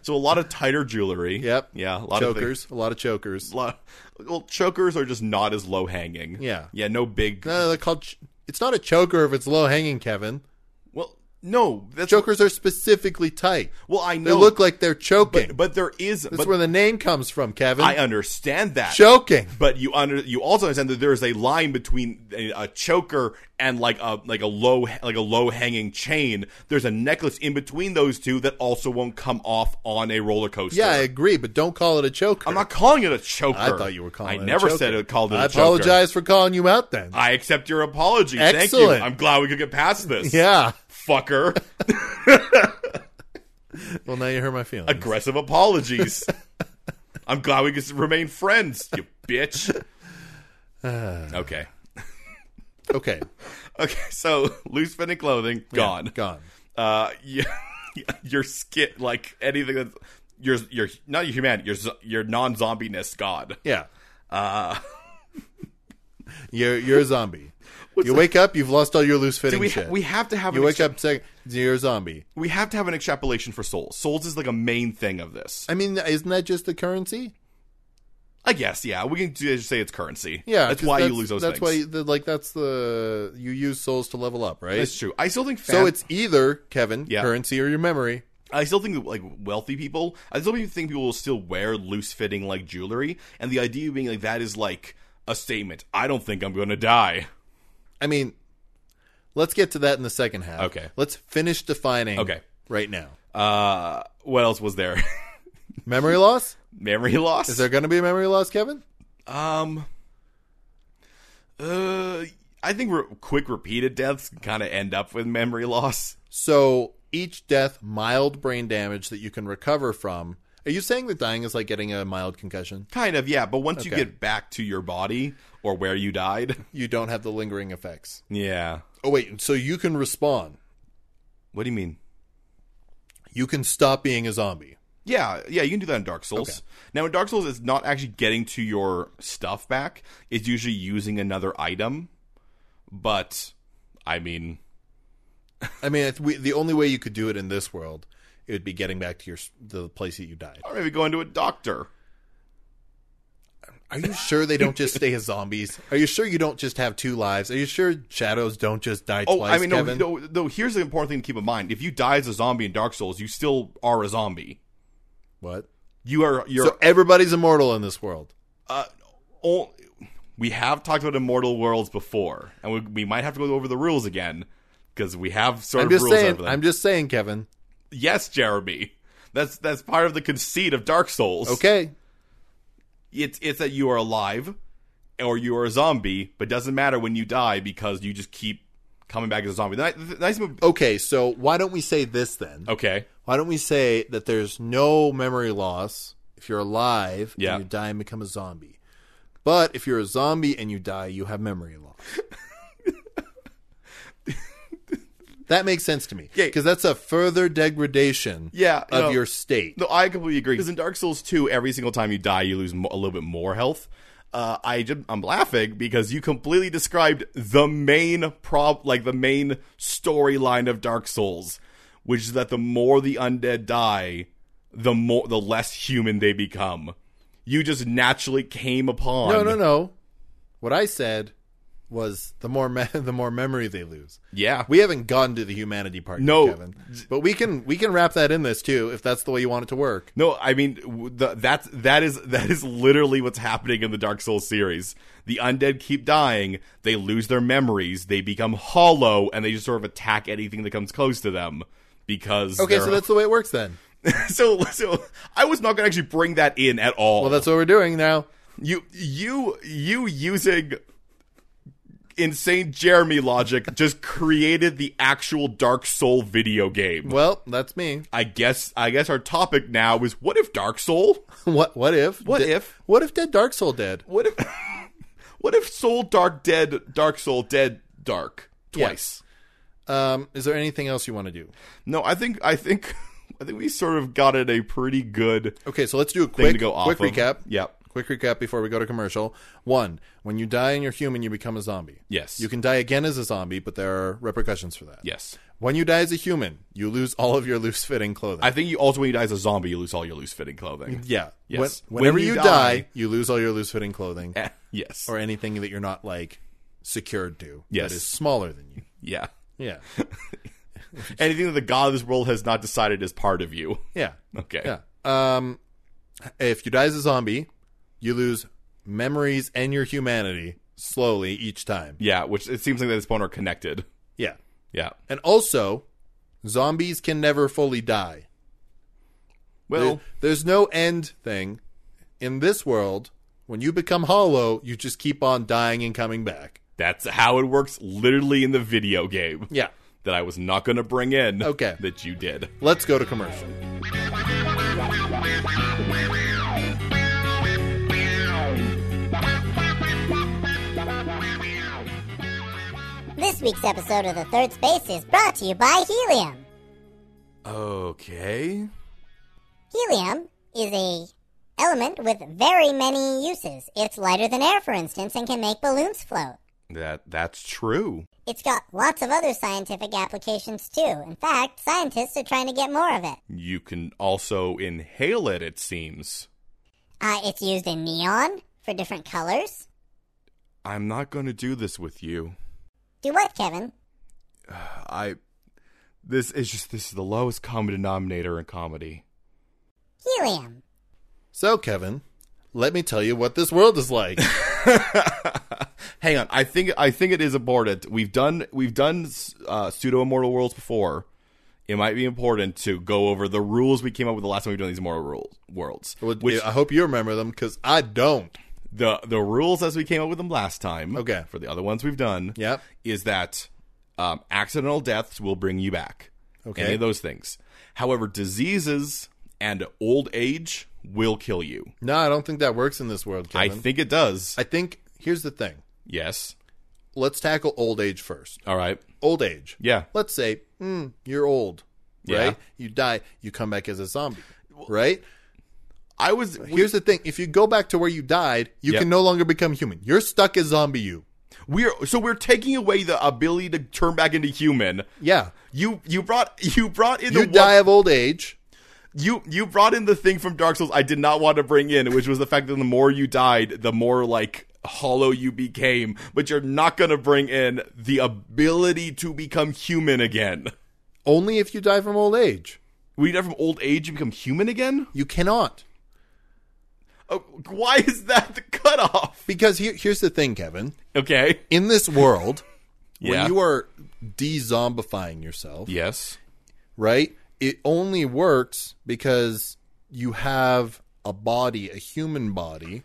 A: so a lot of tighter jewelry.
B: Yep.
A: Yeah, a lot of things.
B: Chokers. A lot of chokers.
A: Lo- Well, chokers are just not as low hanging.
B: Yeah.
A: yeah, no big.
B: No, they're called. Ch- it's not a choker if it's low hanging, Kevin.
A: well, no, that's
B: Chokers are specifically tight.
A: well, I know.
B: They look like they're choking.
A: but there is.
B: That's
A: But
B: where the name comes from, Kevin.
A: I understand that.
B: choking.
A: but you under you also understand that there is a line between a, a choker and like a like a low like a low hanging chain. There's a necklace in between those two that also won't come off on a roller coaster.
B: Yeah, I agree, but don't call it a choker.
A: I'm not calling it a choker.
B: I thought you were calling
A: I
B: it a
A: never
B: choker.
A: said it called it
B: I
A: a choker.
B: apologize for calling you out then.
A: I accept your apology. Thank
B: Excellent.
A: you. I'm glad we could get past this.
B: yeah.
A: Fucker.
B: Well, now you hurt my feelings.
A: Aggressive apologies. I'm glad we could remain friends, you bitch. okay.
B: okay.
A: Okay, so loose fitting clothing, gone.
B: Gone.
A: uh, you, your skin, like anything that's your your not your humanity, your zo- your non zombiness god.
B: Yeah.
A: Uh,
B: You're, you're a zombie. you wake up, you've lost all your loose fitting
A: we ha-
B: shit.
A: we have to have
B: you
A: an
B: wake
A: extra-
B: up saying, you're a zombie.
A: we have to have an extrapolation for souls. Souls is like a main thing of this.
B: I mean, isn't that just the currency?
A: I guess yeah, we can ju- just say it's currency.
B: Yeah,
A: that's
B: 'cause
A: why you lose those
B: That's
A: things.
B: why, the, like, that's the you use souls to level up, right?
A: that's true. I still think
B: so
A: fam-
B: it's either Kevin
A: Yeah.
B: currency or your memory.
A: I still think that, like wealthy people. I still think people will still wear loose fitting like jewelry, and the idea being like that is like a statement. I don't think I'm going to die.
B: I mean, let's get to that in the second half.
A: Okay.
B: let's finish defining.
A: Okay.
B: right now,
A: Uh, what else was there?
B: memory loss.
A: Memory loss.
B: Is there going to be memory loss, Kevin?
A: Um. Uh, I think re- quick repeated deaths kind of end up with memory loss.
B: So each death, mild brain damage that you can recover from, Are you saying that dying is like getting a mild concussion?
A: Kind of, yeah. But once you
B: Okay.
A: get back to your body or where you died,
B: You don't have the lingering effects.
A: yeah.
B: Oh wait, so you can respawn.
A: What do you mean?
B: You can stop being a zombie.
A: Yeah, yeah, you can do that in Dark Souls. Now, in Dark Souls, it's not actually getting to your stuff back. It's usually using another item. But, I mean,
B: I mean, if we, the only way you could do it in this world, it would be getting back to your s- the place that you died.
A: or maybe going to a doctor.
B: Are you sure they don't just stay as zombies? Are you sure you don't just have two lives? Are you sure shadows don't just die
A: Oh,
B: twice,
A: I mean, no,
B: Kevin?
A: no, no. Here's the important thing to keep in mind: if you die as a zombie in Dark Souls, you still are a zombie.
B: What?
A: You are you're.
B: So everybody's immortal in this world.
A: uh, all, we have talked about Immortal Worlds before, and we, we might have to go over the rules again because we have sort
B: I'm
A: of
B: just
A: rules
B: saying.
A: over them.
B: I'm just saying, Kevin.
A: Yes, Jeremy. That's that's part of the conceit of Dark Souls.
B: Okay,
A: It's it's that you are alive or you are a zombie, but it doesn't matter when you die because you just keep coming back as a zombie. The, ni- the nice move.
B: okay. So why don't we say this then?
A: Okay.
B: Why don't we say that there's no memory loss if you're alive
A: Yeah.
B: and you die and become a zombie, but if you're a zombie and you die, you have memory loss. that makes sense to me
A: Yeah.
B: because that's a further degradation
A: Yeah.
B: of
A: no.
B: your state.
A: No, I completely agree. Because in Dark Souls 2, every single time you die, you lose mo- a little bit more health. Uh, I just, I'm laughing because you completely described the main prob, like the main storyline of Dark Souls, which is that the more the undead die, the more the less human they become. You just naturally came upon.
B: No, no, no. What I said was the more me- the more memory they lose.
A: Yeah,
B: We haven't gotten to the humanity part, yet,
A: No.
B: Kevin. But we can we can wrap that in this too, if that's the way you want it to work.
A: No, I mean w- the, that's that is that is literally what's happening in the Dark Souls series. The undead keep dying; they lose their memories, they become hollow, and they just sort of attack anything that comes close to them because
B: Okay,
A: they're-
B: so that's the way it works then.
A: so so I was not going to actually bring that in at all.
B: Well, that's what we're doing now.
A: you you you using insane Jeremy logic just created the actual Dark Soul video game.
B: Well, that's me.
A: I guess I guess our topic now is what if Dark Soul?
B: What what if?
A: What
B: Di-
A: if?
B: What if Dead Dark Soul dead?
A: What if What if Soul Dark Dead Dark Soul Dead Dark twice?
B: Um, is there anything else you want to do?
A: No, I think I think I think we sort of got it a pretty good
B: Okay, so let's do a
A: thing
B: quick
A: to go off
B: quick
A: of.
B: recap.
A: Yep.
B: Quick recap before we go to commercial. One, when you die and you're human, you become a zombie.
A: Yes.
B: You can die again as a zombie, but there are repercussions for that.
A: Yes.
B: When you die as a human, you lose all of your loose fitting clothing.
A: I think you also when you die as a zombie, you lose all your loose fitting clothing.
B: yeah.
A: Yes.
B: When- whenever
A: When you
B: you die,
A: die-
B: you lose all your loose fitting clothing
A: Eh, yes.
B: or anything that you're not like secured to
A: Yes.
B: that is smaller than you.
A: Yeah.
B: Yeah.
A: Anything that the god of this world has not decided is part of you.
B: Yeah.
A: Okay.
B: Yeah. Um if you die as a zombie, you lose memories and your humanity slowly each time.
A: Yeah, which it seems like at this point are connected.
B: Yeah.
A: Yeah.
B: And also, zombies can never fully die.
A: Well,
B: There- there's no end thing in this world. When you become hollow, you just keep on dying and coming back.
A: that's how it works literally in the video game
B: Yeah.
A: that I was not going to bring in.
B: Okay.
A: That you did.
B: Let's go to commercial.
C: This week's episode of The Third Space is brought to you by Helium.
A: Okay.
C: Helium is a element with very many uses. It's lighter than air, for instance, and can make balloons float.
A: That that's true.
C: It's got lots of other scientific applications too. In fact, scientists are trying to get more of it.
A: You can also inhale it. It seems.
C: Uh, it's used in neon for different colors.
A: I'm not going to do this with you.
C: Do what, Kevin?
A: I. This is just this is the lowest common denominator in comedy.
C: Helium.
B: So, Kevin, let me tell you what this world is like.
A: Hang on, I think I think it is important. We've done we've done uh, pseudo immortal worlds before. It might be important to go over the rules we came up with the last time we've done these immortal rules, worlds.
B: Well,
A: Which
B: I hope you remember them because I don't.
A: the the rules as we came up with them last time.
B: Okay.
A: For the other ones we've done.
B: Yep.
A: Is that um, accidental deaths will bring you back.
B: Okay.
A: Any of those things. However, diseases and old age will kill you.
B: No, I don't think that works in this world,
A: I
B: Kevin.
A: think it does.
B: I think here's the thing.
A: yes.
B: Let's tackle old age first.
A: All right.
B: Old age.
A: Yeah.
B: Let's say mm, you're old,
A: Yeah.
B: right? You die, you come back as a zombie, right?
A: I was.
B: Here's the thing: if you go back to where you died, you
A: Yeah.
B: can no longer become human. You're stuck as zombie. You,
A: We're so we're taking away the ability to turn back into human.
B: yeah,
A: You you brought you brought in
B: you
A: the one-
B: die of old age.
A: you you brought in the thing from Dark Souls I did not want to bring in, which was the fact that the more you died, the more like hollow you became. But you're not gonna bring in the ability to become human again.
B: Only if you die from old age,
A: We die from old age, you become human again.
B: you cannot.
A: Oh, why is that the cutoff?
B: Because here, here's the thing, Kevin:
A: Okay.
B: in this world,
A: Yeah.
B: when you are de-zombifying yourself,
A: Yes.
B: right? It only works because you have a body, a human body,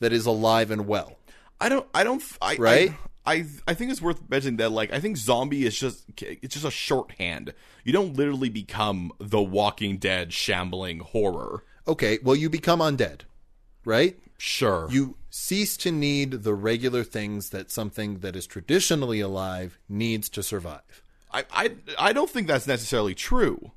B: that is alive and well.
A: I don't. I don't. f- I,
B: Right?
A: I, I I think it's worth mentioning that like I think zombie is just it's just a shorthand. You don't literally become the Walking Dead shambling horror.
B: Okay, well, you become undead, right?
A: Sure.
B: You cease to need the regular things that something that is traditionally alive needs to survive.
A: I, I I don't think that's necessarily true.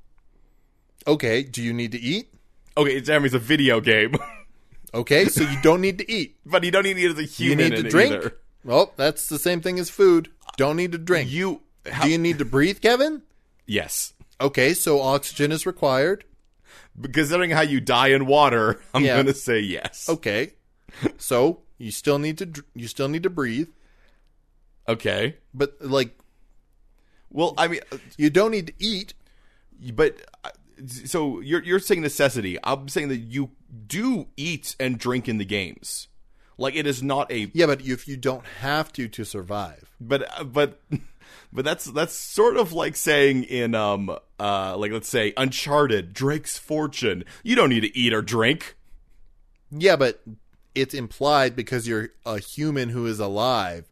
B: Okay, do you need to eat?
A: Okay, it's I mean, it's a video game,
B: Okay, so you don't need to eat.
A: but you don't need it as a
B: You
A: human.
B: need
A: in
B: to
A: it
B: drink.
A: Either.
B: Well, that's the same thing as food. Don't need to drink.
A: You. How,
B: do you need to breathe, Kevin?
A: yes.
B: Okay, so oxygen is required.
A: Considering how you die in water, I'm
B: Yeah. Oh.
A: gonna say yes.
B: Okay. So you still need to dr- you still need to breathe,
A: Okay.
B: but like
A: Well, I mean, uh,
B: you don't need to eat.
A: but uh, so you're you're saying necessity. I'm saying that you do eat and drink in the games. Like it is not a
B: Yeah, but if you don't have to to survive,
A: but uh, but but that's that's sort of like saying in um uh like let's say Uncharted Drake's Fortune. You don't need to eat or drink.
B: yeah, but it's implied because you're a human who is alive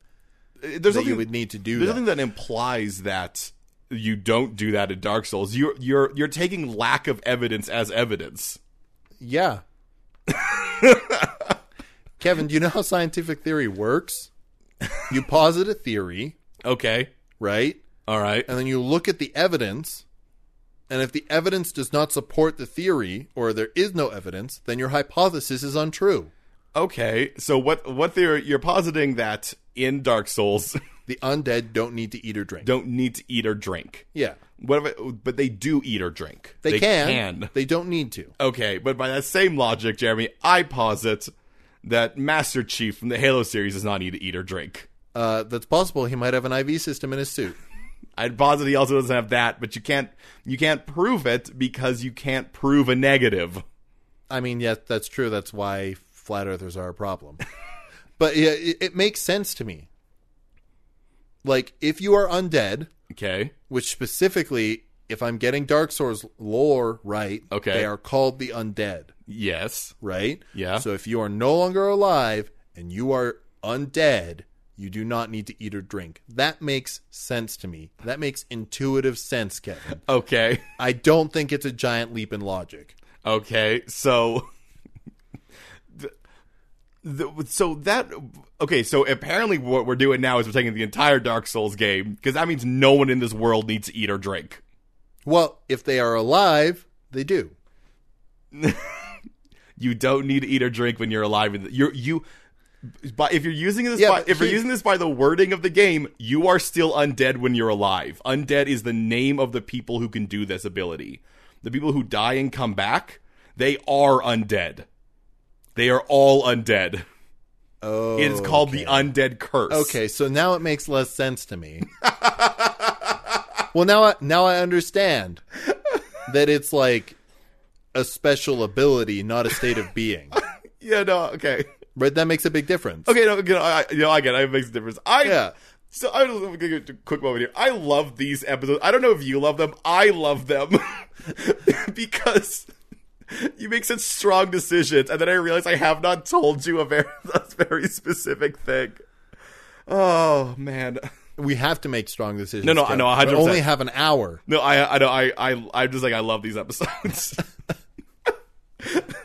A: Uh, There's
B: that
A: nothing
B: you would need to do
A: there's
B: that.
A: nothing that implies that you don't do that in Dark Souls. You're you're you're taking lack of evidence as evidence.
B: Yeah. Kevin, do you know how scientific theory works? You posit a theory,
A: Okay.
B: right?
A: All right.
B: And then you look at the evidence. And if the evidence does not support the theory or there is no evidence, then your hypothesis is untrue.
A: Okay. So what what they're you're positing that in Dark Souls
B: The undead don't need to eat or drink.
A: don't need to eat or drink.
B: Yeah.
A: What if it, but they do eat or drink.
B: They, can. They don't need to.
A: Okay, but by that same logic, Jeremy, I posit that Master Chief from the Halo series does not need to eat or drink.
B: Uh, that's possible. He might have an IV system in his suit.
A: I'd posit he also doesn't have that, but you can't you can't prove it because you can't prove a negative.
B: I mean, yes, that's true. That's why flat earthers are a problem. but yeah, it, it makes sense to me. Like, if you are undead,
A: Okay.
B: which specifically, if I'm getting Dark Souls lore right,
A: Okay.
B: they are called the undead,
A: Yes.
B: right?
A: Yeah.
B: So if you are no longer alive and you are undead, you do not need to eat or drink. That makes sense to me. That makes intuitive sense, Kevin.
A: Okay.
B: I don't think it's a giant leap in logic.
A: Okay. So the, the, so that okay, so apparently what we're doing now is we're taking the entire Dark Souls game because that means no one in this world needs to eat or drink.
B: Well, if they are alive, they do.
A: You don't need to eat or drink when you're alive. In the, you're you. But if you're using this,
B: Yeah,
A: by,
B: but
A: if you're
B: he-
A: using this by the wording of the game, you are still undead when you're alive. Undead is the name of the people who can do this ability. The people who die and come back, they are undead. They are all undead.
B: Oh,
A: It is called the undead curse.
B: Okay, so now it makes less sense to me. well, now I now I understand that it's like a special ability, not a state of being.
A: Yeah. No. Okay.
B: But that makes a big difference.
A: Okay. No. no I, you know, I get. It. it makes a difference. I.
B: Yeah.
A: So I was gonna give a quick moment here. I love these episodes. I don't know if you love them. I love them because you make such strong decisions, and then I realize I have not told you a very, a very specific thing. Oh man,
B: We have to make strong decisions.
A: No, no,
B: Kevin.
A: no, 100%.
B: We only have an hour.
A: no, I, I know, I, I, I'm just like I love these episodes.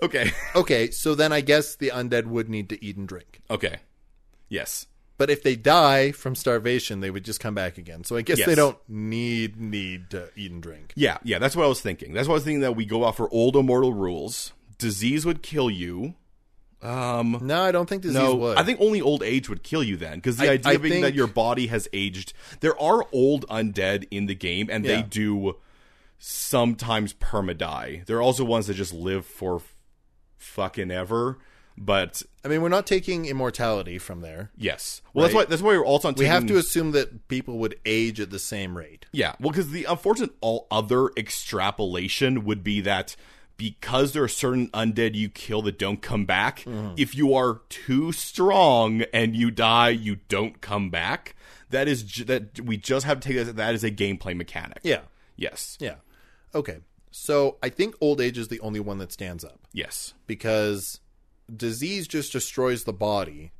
A: Okay.
B: Okay, so then I guess the undead would need to eat and drink.
A: Okay. Yes.
B: But if they die from starvation, they would just come back again. So I guess they
A: Yes.
B: don't need need to eat and drink.
A: Yeah, yeah, that's what I was thinking. That's what I was thinking that we go off for old immortal rules. Disease would kill you. Um
B: No, I don't think disease
A: no,
B: would.
A: I think only old age would kill you then, because the
B: I-
A: idea
B: I
A: being that
B: think-
A: your body has aged. There are old undead in the game, and they
B: Yeah.
A: do sometimes permadie. There are also ones that just live for f- fucking ever. But
B: I mean, we're not taking immortality from there.
A: yes, well, that's why that's why we're also on.
B: We have
A: taking-
B: to assume that people would age at the same rate.
A: Yeah, well, because the unfortunate all other extrapolation would be that because there are certain undead you kill that don't come back,
B: Mm-hmm.
A: if you are too strong and you die, you don't come back. That is ju- that we just have to take that that is a gameplay mechanic.
B: Yeah,
A: Yes.
B: yeah. Okay, so I think old age is the only one that stands up
A: Yes.
B: because disease just destroys the body,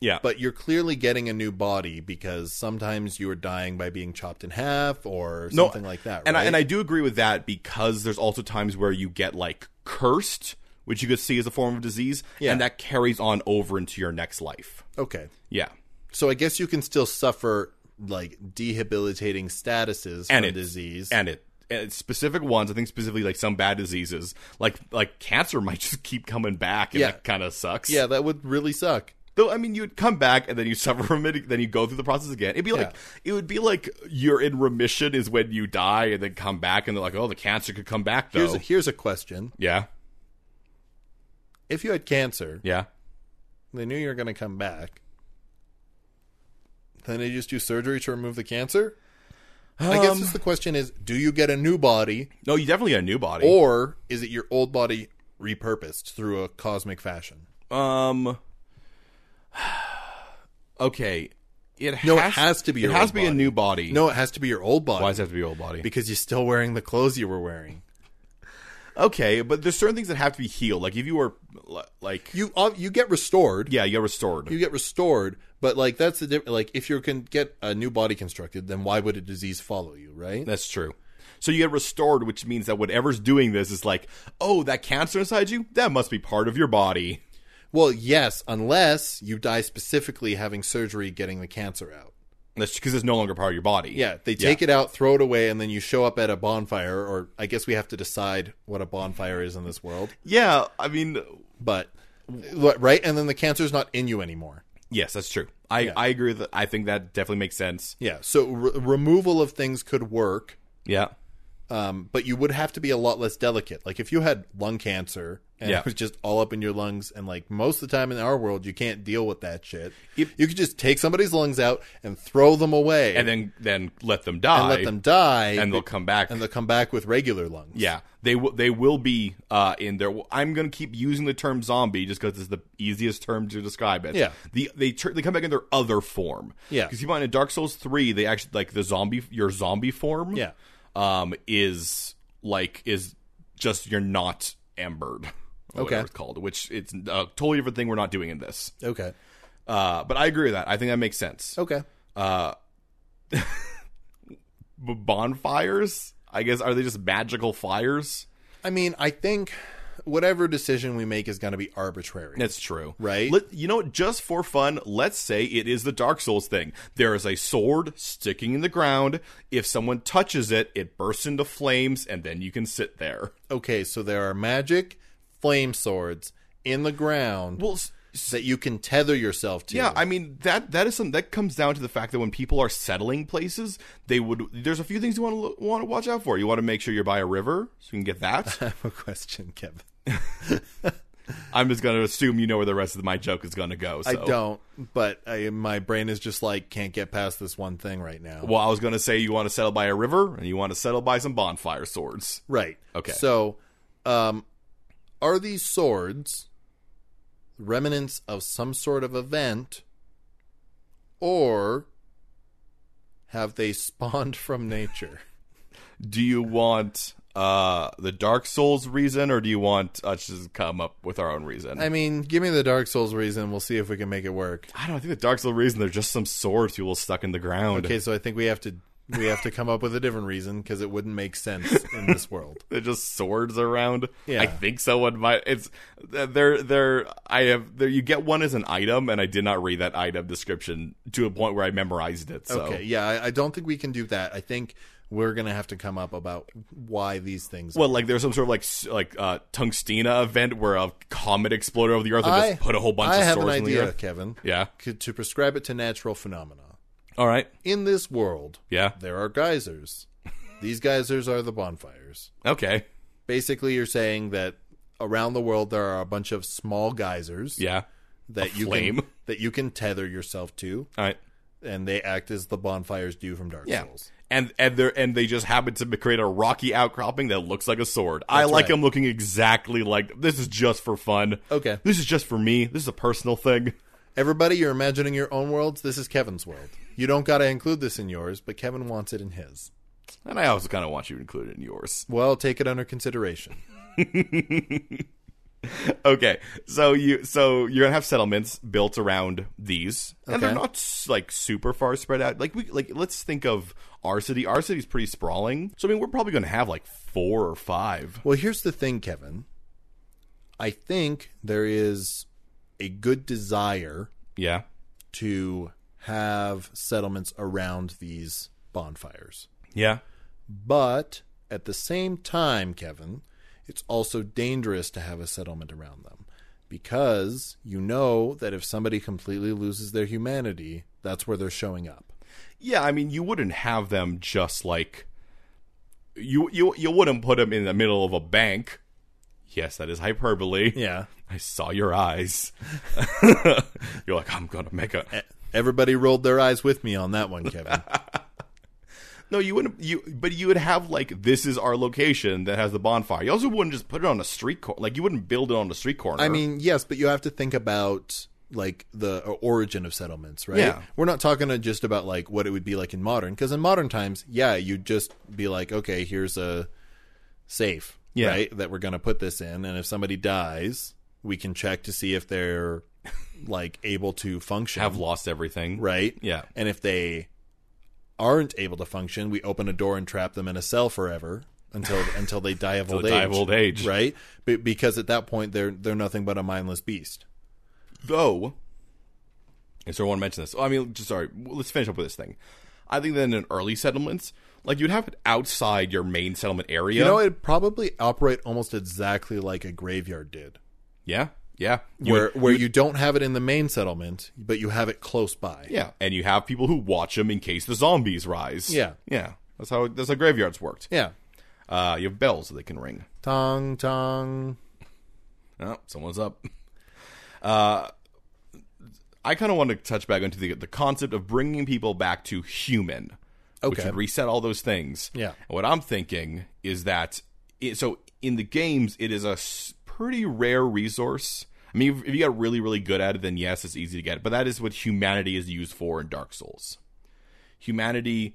A: Yeah.
B: but you're clearly getting a new body because sometimes you are dying by being chopped in half or
A: No,
B: something like that.
A: and I,
B: right?
A: and I do agree with that because there's also times where you get like cursed, which you could see as a form of disease,
B: Yeah.
A: and that carries on over into your next life.
B: okay,
A: Yeah.
B: so I guess you can still suffer like debilitating statuses
A: And
B: from
A: it-
B: disease.
A: and it and specific ones i think specifically like some bad diseases like like cancer might just keep coming back and
B: Yeah.
A: that kind of sucks
B: yeah, that would really suck.
A: though i mean you'd come back and then you suffer from it then you go through the process again it'd be like it would be like you're in remission is when you die and then come back and they're like oh the cancer could come back though
B: Here's a, here's a question:
A: yeah
B: If you had cancer,
A: yeah
B: they knew you were going to come back. Then they just do surgery to remove the cancer. I
A: Um.
B: guess just the question is: Do you get a new body,
A: no you definitely got a new body
B: or is it your old body repurposed through a cosmic fashion?
A: Um. Okay. It has,
B: No, it has to be
A: It
B: your
A: has
B: old
A: to be a
B: body.
A: new body.
B: No, it has to be your old body
A: why does it have to be old body?
B: because you're still wearing the clothes you were wearing.
A: okay, but there's certain things that have to be healed. Like if you were li- like,
B: You uh, you get restored.
A: yeah, you got restored.
B: You get restored, but like that's the difference. Like if you can get a new body constructed, then why would a disease follow you? Right?
A: That's true. So you get restored, which means that whatever's doing this is like, oh, that cancer inside you, that must be part of your body.
B: Well, yes, unless you die specifically having surgery getting the cancer out.
A: That's because it's no longer part of your body.
B: Yeah, they take it out, throw it away, and then you show up at a bonfire, or I guess we have to decide what a bonfire is in this world.
A: Yeah. I mean,
B: But right, and then the cancer's not in you anymore.
A: yes, that's true. I I agree with that. I think that definitely makes sense.
B: Yeah, so re- removal of things could work,
A: Yeah.
B: um, but you would have to be a lot less delicate. Like if you had lung cancer and
A: Yeah.
B: it was just all up in your lungs, and like most of the time in our world, you can't deal with that shit. you could just take somebody's lungs out and throw them away,
A: And then then let them die.
B: and let them die,
A: and they'll come back.
B: and they'll come back with regular lungs.
A: Yeah, they will. They will be uh, in there. I'm going to keep using the term zombie just because it's the easiest term to describe it.
B: Yeah.
A: the they tur they come back in their other form.
B: Yeah.
A: because you find in Dark Souls three, they actually like the zombie your zombie form.
B: Yeah.
A: um, is like is just you're not embered. or whatever
B: Okay.
A: it's called, which it's a totally different thing we're not doing in this.
B: Okay.
A: Uh, but I agree with that. I think that makes sense.
B: Okay.
A: B- bonfires, I guess, are they just magical fires?
B: I mean, I think whatever decision we make is going to be arbitrary.
A: That's true.
B: Right?
A: Let, you know, what, just for fun, let's say it is the Dark Souls thing. There is a sword sticking in the ground. If someone touches it, it bursts into flames, and then you can sit there.
B: Okay, so there are magic flame swords in the ground
A: Well, s- s-
B: that you can tether yourself to.
A: yeah, I mean that that is something that comes down to the fact that when people are settling places, they would. There's a few things you want to want to watch out for. You want to make sure you're by a river, so you can get that.
B: have a question, Kevin.
A: I'm just gonna assume you know where the rest of my joke is gonna go. So.
B: I don't, but I, my brain is just like can't get past this one thing right now.
A: Well, I was gonna say you want to settle by a river, and you want to settle by some bonfire swords.
B: right.
A: Okay.
B: So, um, are these swords remnants of some sort of event, or have they spawned from nature?
A: do you want uh the Dark Souls reason or do you want us to just come up with our own reason?
B: I mean, give me the Dark Souls reason. We'll see if we can make it work.
A: I don't know, I think the Dark Souls reason they're just some swords people stuck in the ground.
B: Okay, so I think we have to We have to come up with a different reason because it wouldn't make sense in this world.
A: They're just swords around.
B: Yeah.
A: I think someone might. It's they're they're. I have there. You get one as an item, and I did not read that item description to a point where I memorized it. So
B: Okay, yeah, I, I don't think we can do that. I think we're gonna have to come up about why these things.
A: Well, like there's some sort of like s- like uh, tungstina event where a comet exploded over the earth and just put a whole bunch
B: I
A: of
B: have
A: swords
B: an
A: in the
B: idea,
A: earth.
B: Kevin,
A: Yeah.
B: c- to prescribe it to natural phenomena.
A: All right.
B: In this world,
A: Yeah.
B: there are geysers. These geysers are the bonfires.
A: Okay.
B: Basically, you're saying that around the world there are a bunch of small geysers
A: Yeah.
B: that you
A: flame.
B: can that you can tether yourself to,
A: All right.
B: and they act as the bonfires do from Dark Souls.
A: And and they and they just happen to create a rocky outcropping that looks like a sword. I
B: That's
A: like
B: right.
A: them looking exactly like this is just for fun.
B: Okay.
A: This is just for me. This is a personal thing.
B: Everybody, you're imagining your own worlds. This is Kevin's world. You don't got to include this in yours, but Kevin wants it in his.
A: And I also kind of want you to include it in yours.
B: Well, take it under consideration.
A: Okay, so you so you're gonna have settlements built around these, and they're
B: Okay.
A: not s- like super far spread out. Like we like let's think of our city. Our city's pretty sprawling, so I mean we're probably gonna have like four or five.
B: Well, here's the thing, Kevin. I think there is a good desire
A: Yeah,
B: to have settlements around these bonfires.
A: yeah,
B: But at the same time, Kevin, it's also dangerous to have a settlement around them because you know that if somebody completely loses their humanity, that's where they're showing up.
A: yeah. I mean you wouldn't have them just like you you you wouldn't put them in the middle of a bank. Yes, that is hyperbole.
B: Yeah.
A: I saw your eyes. you're like I'm gonna make
B: Eh.
A: a
B: Everybody rolled their eyes with me on that one, Kevin.
A: No, you wouldn't. You but you would have like this is our location that has the bonfire. You also wouldn't just put it on a street corner. Like you wouldn't build it on a street corner.
B: I mean, yes, but you have to think about like the uh, origin of settlements, right?
A: Yeah.
B: We're not talking uh, just about like what it would be like in modern, because in modern times, yeah, you'd just be like, okay, here's a safe,
A: Yeah.
B: right, that we're going to put this in, and if somebody dies, we can check to see if they're like able to function,
A: have lost everything.
B: right?
A: Yeah.
B: and if they aren't able to function, we open a door and trap them in a cell forever until until they die of old
A: they
B: age.
A: die of old age.
B: right? Be because at that point they're they're nothing but a mindless beast.
A: Though, I sort of want to mention this. Oh, I mean, just sorry. Let's finish up with this thing. I think that in an early settlements, like you'd have it outside your main settlement area.
B: You know, it'd probably operate almost exactly like a graveyard did,
A: yeah, yeah. You
B: where where you don't have it in the main settlement, but you have it close by.
A: Yeah, and you have people who watch them in case the zombies rise.
B: Yeah.
A: yeah. That's how that's how graveyards worked.
B: Yeah.
A: Uh, you have bells that they can ring.
B: Tong tong.
A: Oh, someone's up. Uh, I kind of want to touch back into the the concept of bringing people back to human, which
B: Okay.
A: would reset all those things.
B: Yeah.
A: And what I'm thinking is that it, so in the games, it is a s- pretty rare resource. I mean, if, if you got really really good at it, then yes, it's easy to get. But that is what humanity is used for in Dark Souls. Humanity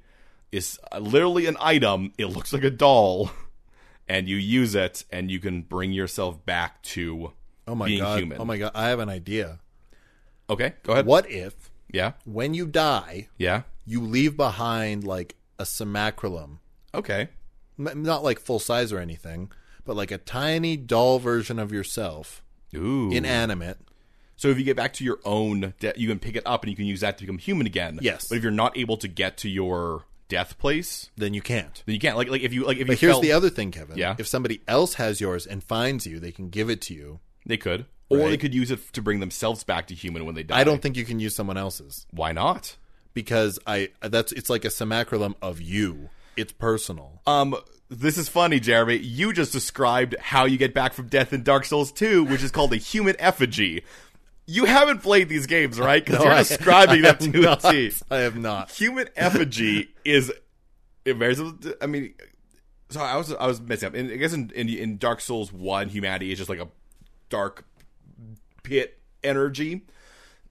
A: is uh, literally an item. It looks like a doll. and you use it and you can bring yourself back to
B: Oh my
A: being
B: god.
A: human.
B: Oh my god. I have an idea.
A: okay, go ahead.
B: What if
A: Yeah,
B: when you die,
A: yeah.
B: you leave behind like a simulacrum
A: Okay.
B: M- not like full size or anything, but like a tiny doll version of yourself,
A: Ooh.
B: inanimate.
A: so if you get back to your own, de- you can pick it up and you can use that to become human again.
B: Yes.
A: But if you're not able to get to your death place,
B: Then you can't.
A: then you can't. Like, like if you like if you
B: But here's
A: fell-
B: the other thing, Kevin.
A: Yeah.
B: If somebody else has yours and finds you, they can give it to you.
A: they could, or they
B: Right.
A: could use it f- to bring themselves back to human when they die.
B: I don't think you can use someone else's
A: Why not?
B: because I that's it's like a simulacrum of you. It's personal.
A: Um, this is funny, Jeremy. You just described how you get back from death in Dark Souls 2, which is called a human effigy. You haven't played these games, right? Because you're
B: Oh, I-
A: describing
B: I
A: them
B: have
A: to a
B: not.
A: T.
B: I have not.
A: Human effigy is it varies. I mean, so I was I was messing up. In, I guess in, in in Dark Souls One, humanity is just like a dark pit energy.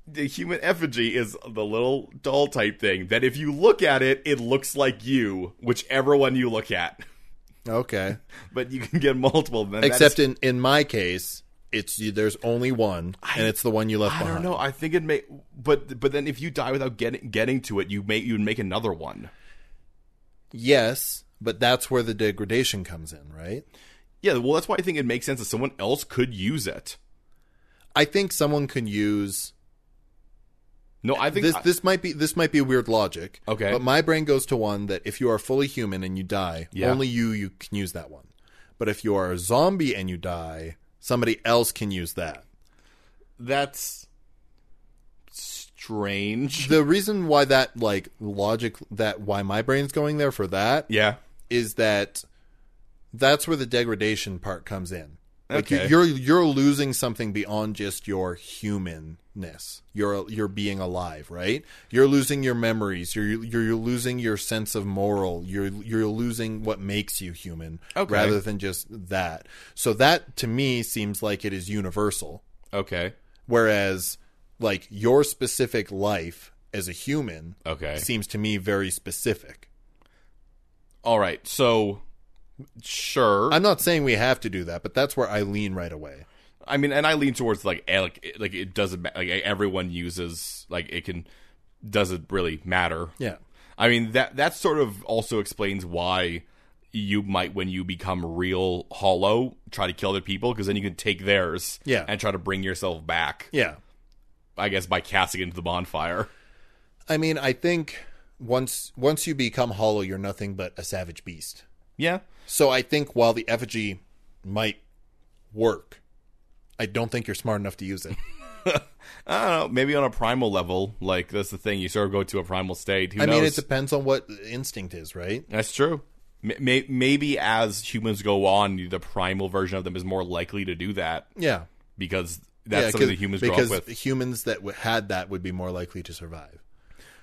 A: The human effigy is the little doll type thing that if you look at it, it looks like you, whichever one you look at
B: Okay.
A: but you can get multiple. Then that
B: Except
A: is-
B: in in my case, it's you- there's only one, and it's the one you left
A: I
B: behind.
A: don't know. I think it may, but but then if you die without getting getting to it, you may you would make another one.
B: Yes, but that's where the degradation comes in, right?
A: Yeah, well, that's why I think it makes sense that someone else could use it.
B: I think someone can use
A: No, I think
B: this this might be this might be weird logic.
A: Okay.
B: But my brain goes to one that if you are fully human and you die,
A: Yeah.
B: only you you can use that one. But if you are a zombie and you die, somebody else can use that.
A: that's strange.
B: The reason why that like logic that why my brain's going there for that is
A: yeah.
B: that that's where the degradation part comes in. Like you,
A: Okay.
B: you're you're losing something beyond just your humanness. You're you're being alive, right? You're losing your memories. You're you're, you're losing your sense of moral. You're you're losing what makes you human,
A: Okay.
B: rather than just that. So that to me seems like it is universal.
A: Okay.
B: Whereas, like your specific life as a human
A: Okay.
B: seems to me very specific.
A: All right. So sure.
B: I'm not saying we have to do that, but that's where I lean right away.
A: I mean, and I lean towards like eh, like it- like it doesn't ma- like everyone uses like it can doesn't really matter.
B: Yeah.
A: I mean that that sort of also explains why you might when you become real hollow try to kill other people because then you can take theirs
B: Yeah.
A: and try to bring yourself back.
B: Yeah.
A: I guess by casting it into the bonfire.
B: I mean, I think once once you become hollow, you're nothing but a savage beast.
A: Yeah.
B: So I think while the effigy might work, I don't think you're smart enough to use it.
A: I don't know. Maybe on a primal level, like that's the thing. You sort of go to a primal state. Who
B: I
A: knows?
B: mean, it depends on what the instinct is, right?
A: That's true. M- may- maybe as humans go on, the primal version of them is more likely to do that
B: Yeah,
A: because that's
B: yeah,
A: something
B: 'cause-
A: that humans grow
B: because
A: up with.
B: humans that w- had that would be more likely to survive.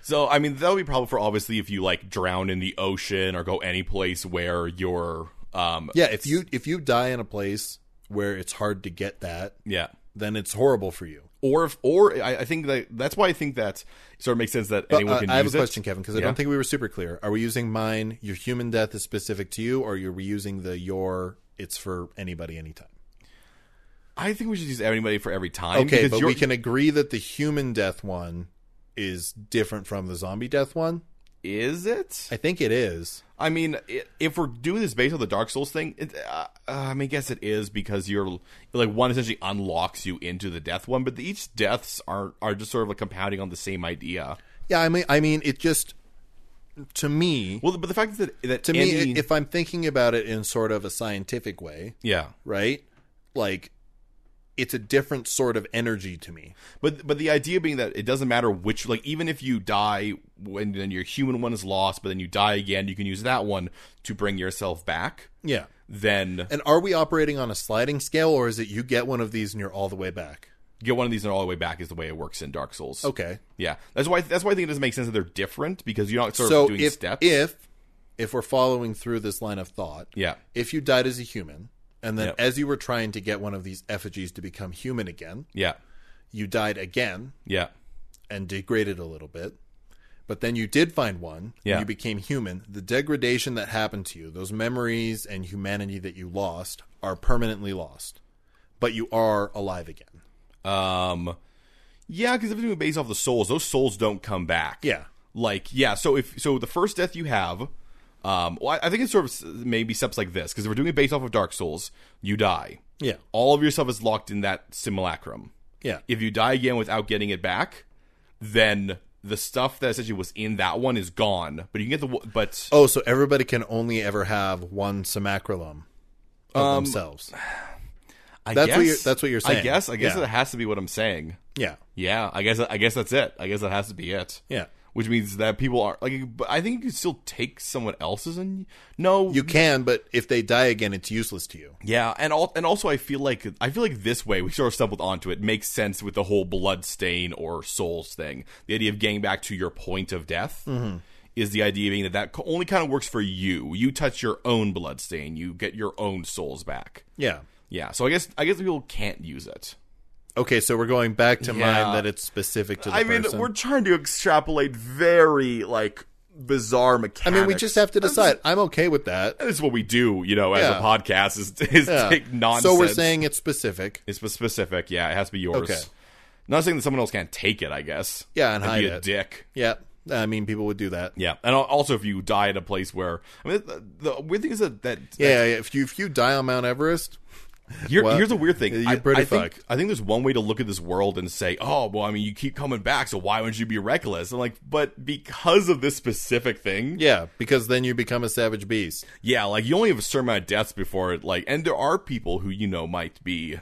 A: So, I mean, that would be probably for obviously if you like drown in the ocean or go any place where you're, um,
B: Yeah, if you if you die in a place where it's hard to get that,
A: yeah.
B: then it's horrible for you.
A: Or if, or I, I think that that's why I think that sort of makes sense that
B: But,
A: anyone
B: uh,
A: can
B: I have a
A: use it.
B: question, Kevin, because I
A: Yeah.
B: don't think we were super clear. Are we using mine? Your human death is specific to you, or you're reusing the your? It's for anybody, anytime.
A: I think we should use anybody for every time.
B: Okay,
A: because
B: but
A: you're-
B: we can agree that the human death one is different from the zombie death one.
A: Is it?
B: I think it is.
A: I mean, i- if we're doing this based on the Dark Souls thing, it, uh, uh, I mean, I guess it is because you're like one essentially unlocks you into the death one, but the, each deaths are are just sort of like compounding on the same idea.
B: Yeah, I mean, I mean, it just to me,
A: Well, but the fact that that
B: to
A: any-
B: me, if I'm thinking about it in sort of a scientific way,
A: yeah,
B: right? Like it's a different sort of energy to me.
A: but but the idea being that it doesn't matter which, like even if you die when then your human one is lost, but then you die again, you can use that one to bring yourself back.
B: Yeah.
A: Then
B: And are we operating on a sliding scale or is it you get one of these and you're all the way back?
A: get one of these and all the way back is the way it works in Dark Souls.
B: Okay.
A: Yeah, that's why that's why I think it doesn't make sense that they're different because you're not sort of
B: So
A: doing
B: if
A: steps.
B: if if we're following through this line of thought,
A: Yeah.
B: if you died as a human and then
A: Yep.
B: as you were trying to get one of these effigies to become human again,
A: Yeah.
B: you died again
A: Yeah.
B: and degraded a little bit. But then you did find one.
A: Yeah.
B: You became human. The degradation that happened to you, those memories and humanity that you lost, are permanently lost. But you are alive again.
A: Um yeah, because if it's based off the souls, those souls don't come back.
B: Yeah.
A: Like, yeah, so if so the first death you have um well, I, I think it's sort of s- maybe steps like this because if we're doing it based off of Dark Souls, you die.
B: Yeah.
A: All of yourself is locked in that simulacrum.
B: Yeah.
A: If you die again without getting it back, then the stuff that essentially was in that one is gone. But you can get the w- but
B: Oh, so everybody can only ever have one simacrolum of
A: Um,
B: themselves.
A: I
B: that's
A: guess
B: what you're- that's what you're
A: I
B: saying.
A: guess I guess
B: Yeah.
A: that has to be what I'm saying.
B: Yeah.
A: Yeah, I guess I guess that's it. I guess that has to be it.
B: Yeah.
A: which means that people are like. But I think you can still take someone else's and no,
B: You can, but if they die again, it's useless to you.
A: yeah, and all and also I feel like I feel like this way we sort of stumbled onto it makes sense with the whole blood stain or souls thing. The idea of getting back to your point of death. Is the idea being that that co- only kind of works for you? You touch your own blood stain, you get your own souls back.
B: Yeah.
A: Yeah, so I guess I guess people can't use it.
B: Okay, so we're going back to
A: Yeah.
B: mine that it's specific to the
A: I mean,
B: person.
A: we're trying to extrapolate very like bizarre
B: I
A: mechanics.
B: mean, we just have to decide. I'm okay with that.
A: This is what we do, you know, as
B: Yeah.
A: a podcast is, is
B: Yeah.
A: take nonsense.
B: So we're saying it's specific.
A: it's spe- specific. Yeah, it has to be yours.
B: Okay.
A: Not saying that someone else can't take it. I guess.
B: Yeah, and
A: That'd
B: hide
A: be a
B: it.
A: dick.
B: Yeah. I mean, people would do that.
A: Yeah, and al- also if you die at a place where I mean, the, the weird thing is that that
B: Yeah, yeah, if you if you die on Mount Everest,
A: here,
B: Well,
A: here's a weird thing.
B: you're
A: I,
B: pretty
A: I think
B: fucked.
A: I think there's one way to look at this world and say, oh, well, I mean, you keep coming back, so why wouldn't you be reckless? And like, but because of this specific thing,
B: yeah, because then you become a savage beast.
A: Yeah, like you only have a certain amount of deaths before it. Like, and there are people who you know might be,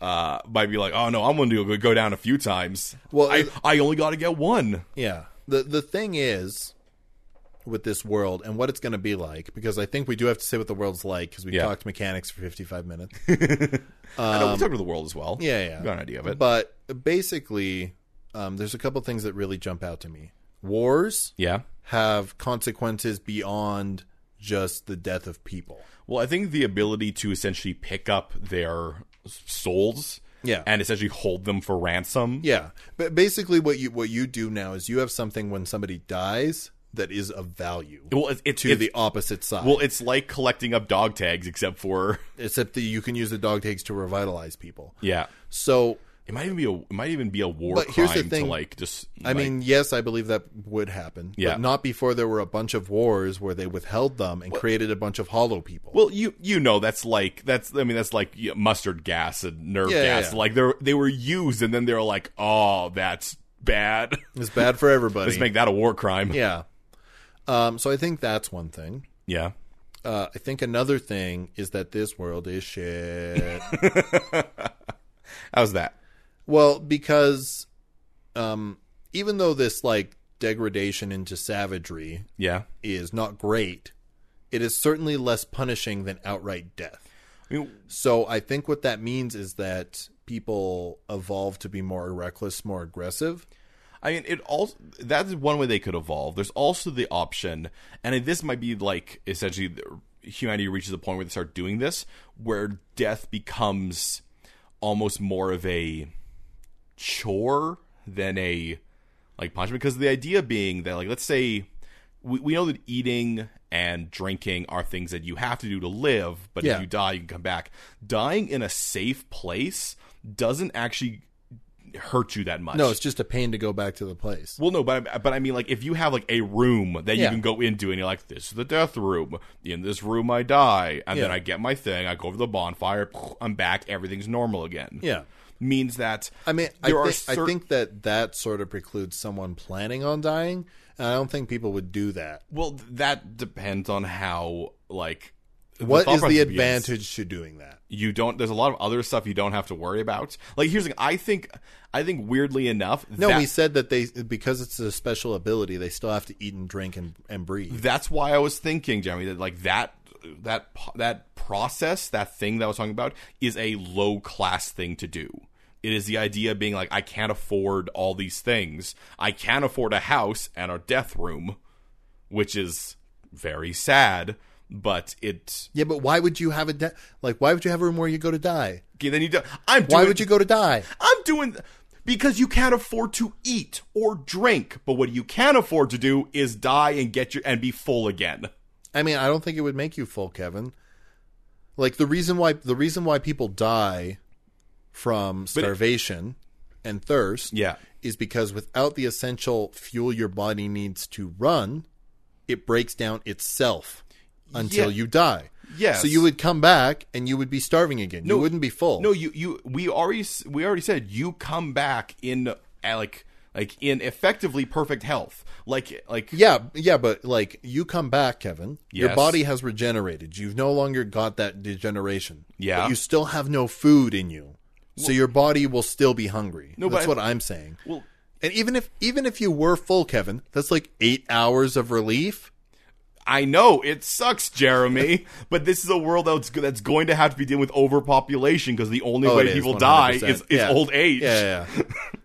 A: uh, might be like, oh no, I'm going to go down a few times.
B: Well,
A: I,
B: it-
A: I only got to get one.
B: Yeah. The the thing is with this world and what it's going to be like because I think we do have to say what the world's like because we
A: Yeah.
B: talked mechanics for 55 minutes.
A: I know we talked to the world as well.
B: Um, Yeah, yeah.
A: You got an idea of it.
B: But basically um, there's a couple things that really jump out to me. Wars
A: yeah.
B: have consequences beyond just the death of people.
A: Well, I think the ability to essentially pick up their s- souls,
B: Yeah.
A: and essentially hold them for ransom.
B: Yeah. But basically what you what you do now is you have something when somebody dies that is of value
A: Well, it's it's,
B: to
A: it's
B: the opposite side.
A: well, it's like collecting up dog tags, except for
B: except that you can use the dog tags to revitalize people.
A: yeah.
B: So
A: It might even be a it might even be a war
B: But
A: crime
B: here's the
A: to
B: thing.
A: like just.
B: I
A: like-
B: mean, yes, I believe that would happen.
A: Yeah.
B: But not before there were a bunch of wars where they withheld them and created a bunch of hollow people.
A: Well, you you know that's like that's I mean that's like yeah, mustard gas and nerve
B: Yeah, yeah,
A: gas.
B: yeah.
A: Like they they were used, and then they're like, oh, that's bad.
B: it's bad for everybody.
A: Let's make that a war crime. Yeah,
B: yeah. Um, so I think that's one thing. Uh, I think another thing is that this world is shit.
A: how's that?
B: well, because um, even though this like degradation into savagery
A: Yeah,
B: is not great, it is certainly less punishing than outright death.
A: I mean,
B: So I think what that means is that people evolve to be more reckless, more aggressive.
A: I mean it also that's one way they could evolve. There's also the option, and this might be like essentially the- humanity reaches a point where they start doing this, where death becomes almost more of a chore than a like punishment because the idea being that like let's say we, we know that eating and drinking are things that you have to do to live but
B: Yeah.
A: if you die you can come back dying in a safe place doesn't actually hurt you that much
B: No, it's just a pain to go back to the place.
A: well, no, but I, but I mean, like, if you have like a room that you
B: Yeah.
A: can go into, and you're like, this is the death room. In this room, I die, and then
B: Yeah.
A: I get my thing. I go over the bonfire. I'm back. Everything's normal again.
B: Yeah.
A: means that
B: I mean, I,
A: There are
B: thi- I
A: cer-
B: think that that sort of precludes someone planning on dying, and I don't think people would do that.
A: well, th- that depends on how like
B: What
A: thought
B: is the
A: process is.
B: advantage to doing that?
A: you don't. There's a lot of other stuff you don't have to worry about. Like here's the thing. I think I think weirdly enough,
B: No,
A: that-
B: we said that they because it's a special ability, they still have to eat and drink and, and breathe.
A: that's why I was thinking, Jeremy, that like that that that process, that thing that I was talking about, is a low class thing to do. It is the idea of being like, I can't afford all these things. I can't afford a house and a death room, which is very sad. But it
B: Yeah, but why would you have a de- like? Why would you have a room where you go to die?
A: okay, then you do. I'm doing,
B: Why would you go to die?
A: I'm doing because you can't afford to eat or drink. But what you can afford to do is die and get your and be full again.
B: I mean, I don't think it would make you full, Kevin. Like the reason why the reason why people die from starvation and thirst
A: Yeah.
B: is because without the essential fuel your body needs to run, it breaks down itself until
A: Yeah.
B: you die.
A: Yes.
B: So you would come back and you would be starving again. you wouldn't be full.
A: No, you you we already s- we already said you come back in uh, like like in effectively perfect health. Like like
B: Yeah, yeah, but like you come back, Kevin. Your
A: Yes.
B: body has regenerated. You've no longer got that degeneration.
A: Yeah.
B: But you still have no food in you. So your body will still be hungry.
A: No,
B: that's
A: but-
B: what I'm saying.
A: well,
B: And even if even if you were full, Kevin, that's like eight hours of relief.
A: I know it sucks, Jeremy, but this is a world that's go- that's going to have to be dealing with overpopulation because the only
B: Oh, it
A: way
B: is,
A: people die is is
B: 100%. Yeah.
A: old age.
B: Yeah, yeah.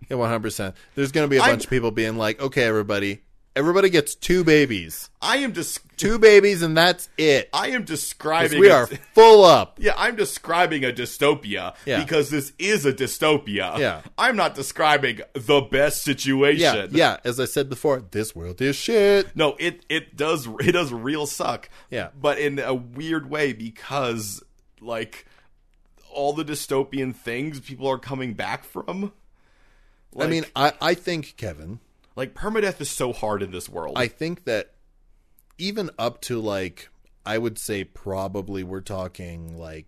B: Yeah, one hundred percent. There's gonna be a
A: I'm-
B: bunch of people being like, Okay, everybody, everybody gets two babies.
A: I am just
B: Two babies and that's it.
A: I am
B: 'Cause
A: describing
B: We
A: a-
B: are full up.
A: Yeah, I'm describing a dystopia
B: Yeah.
A: because this is a dystopia.
B: Yeah.
A: I'm not describing the best situation.
B: Yeah, yeah. As I said before, this world is shit.
A: No, it it does it does real suck.
B: Yeah.
A: but in a weird way because like all the dystopian things people are coming back from.
B: I mean, I, I think, Kevin,
A: Like permadeath is so hard in this world.
B: I think that even up to like I would say probably we're talking like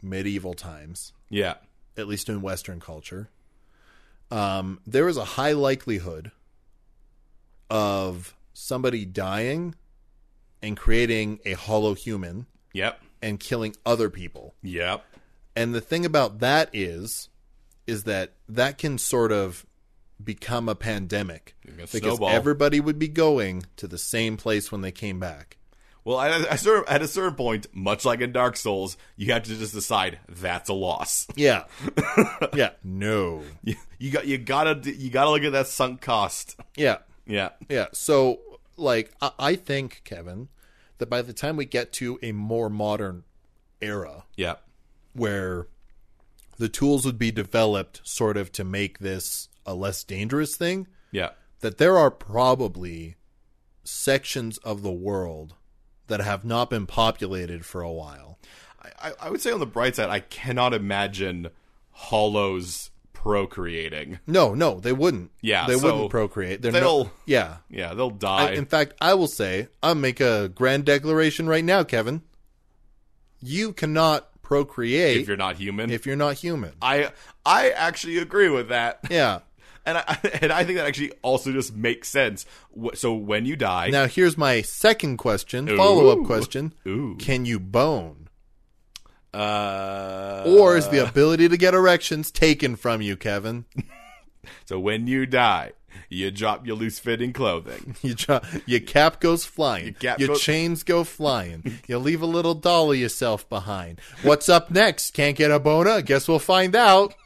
B: medieval times,
A: yeah.
B: at least in Western culture. Um, there is a high likelihood of somebody dying and creating a hollow human
A: Yep.
B: and killing other people.
A: Yep.
B: And the thing about that is, is that that can sort of become a pandemic
A: can
B: because
A: snowball.
B: everybody would be going to the same place when they came back.
A: Well, at a, certain, at a certain point, much like in Dark Souls, you have to just decide that's a loss.
B: Yeah, yeah, no,
A: You, you got you gotta you gotta look at that sunk cost.
B: yeah,
A: Yeah.
B: yeah. So, like, I, I think Kevin that by the time we get to a more modern era
A: Yeah.
B: where the tools would be developed sort of to make this a less dangerous thing,
A: Yeah.
B: that there are probably sections of the world that have not been populated for a while.
A: I, I- I would say on the bright side, I cannot imagine Hollows procreating.
B: No, no, they wouldn't.
A: Yeah,
B: they
A: so
B: wouldn't procreate. They're
A: they'll-
B: no, yeah.
A: Yeah, they'll die.
B: I, in fact, I will say I'll make a grand declaration right now, Kevin. You cannot procreate
A: if you're not human.
B: if you're not human.
A: I I actually agree with that,
B: yeah.
A: and I and I think that actually also just makes sense. Wh- So when you die,
B: Now here's my second question, follow up
A: Ooh.
B: question.
A: ooh,
B: Can you bone?
A: uh,
B: Or is the ability to get erections taken from you, Kevin?
A: so when you die, you drop your loose fitting clothing.
B: You dro- your cap goes flying. Your,
A: cap goes-
B: chains go flying. you leave a little doll of yourself behind. What's up next? Can't get a bona? Guess we'll find out.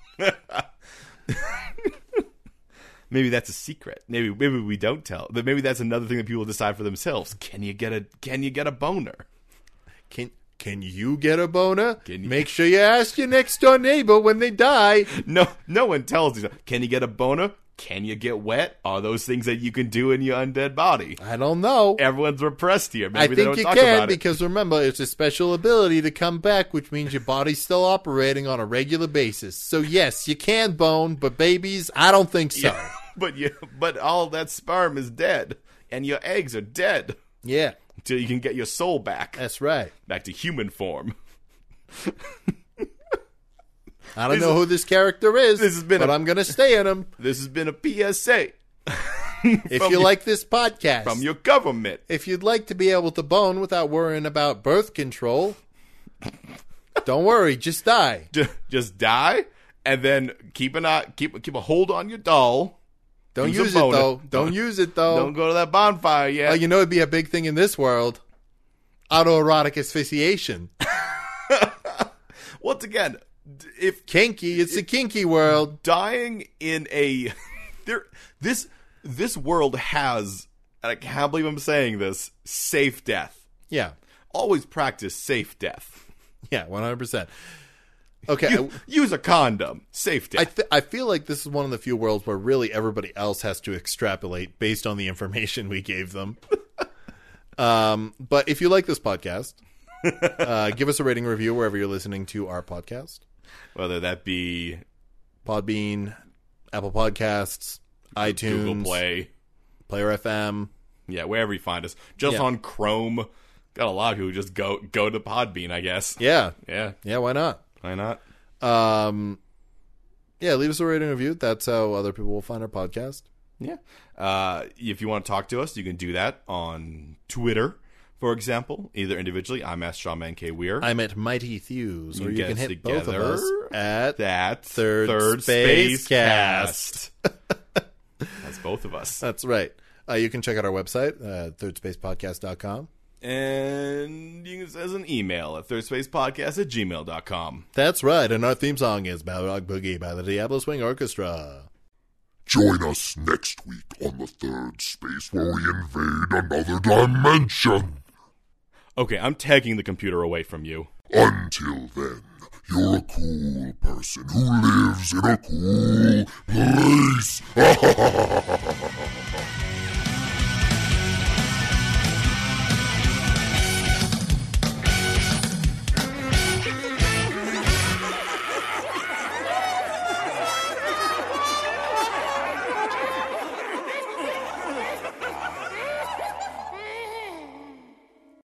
A: Maybe that's a secret. Maybe maybe we don't tell. But maybe that's another thing that people decide for themselves. Can you get a Can you get a boner?
B: Can can you get a bona?
A: Can you-
B: Make sure you ask your next door neighbor when they die.
A: No, no one tells you. Can you get a boner? Can you get wet? Are those things that you can do in your undead body?
B: I don't know.
A: Everyone's repressed here. Maybe
B: I
A: they don't
B: think
A: talk
B: you can
A: about it.
B: because remember it's a special ability to come back, which means your body's still operating on a regular basis. So yes, you can bone, but babies, I don't think so.
A: Yeah. but you, but all that sperm is dead, and your eggs are dead
B: yeah
A: until you can get your soul back,
B: that's right.
A: back to human form.
B: I don't know who this character is,
A: This has been
B: but
A: a-
B: i am I'm going to stay in him.
A: This has been a PSA
B: If
A: From
B: you
A: your-
B: like this podcast,
A: from your government.
B: if you'd like to be able to bone without worrying about birth control, don't worry, just die.
A: Ju- Just die, and then keep an eye, keep keep a hold on your doll.
B: Don't
A: Use a
B: use it
A: boner.
B: though. Don't use it though.
A: Don't go to that bonfire yet.
B: Uh, you know, it'd be a big thing in this world. Autoerotic asphyxiation,
A: Once again, d- if
B: kinky. It's a kinky world.
A: dying in a there this this world has and I can't believe I'm saying this safe death.
B: Yeah,
A: Always practice safe death.
B: yeah, one hundred percent. Okay, uh,
A: You- use a condom. Safe
B: I
A: death.
B: I, th- I feel like this is one of the few worlds where really everybody else has to extrapolate based on the information we gave them. um, but if you like this podcast, uh, give us a rating review wherever you're listening to our podcast.
A: Whether that be
B: Podbean, Apple Podcasts, iTunes,
A: Google Play,
B: Player FM.
A: yeah, wherever you find us, just
B: Yeah.
A: on Chrome. Got a lot of people who just go go to Podbean, I guess.
B: Yeah,
A: Yeah,
B: yeah, why not?
A: why not?
B: Um, yeah, leave us a rating review. That's how other people will find our podcast.
A: Yeah. Uh, if you want to talk to us, you can do that on Twitter, for example, either individually. I'm at Shawman K Weir.
B: I'm at Mighty Thews, or
A: You
B: you can
A: get
B: hit both of us
A: together.
B: at
A: that
B: Third Space
A: That's both of us.
B: That's right. Uh, you can check out our website, uh, thirdspacepodcast.com.
A: And you can send us an email at thirdspacepodcast at gmail.com.
B: That's right. And our theme song is Balrog Boogie by the Diablo Swing Orchestra.
D: Join us next week on the third space where we invade another dimension.
A: Okay, I'm taking the computer away from you.
D: Until then, you're a cool person who lives in a cool place.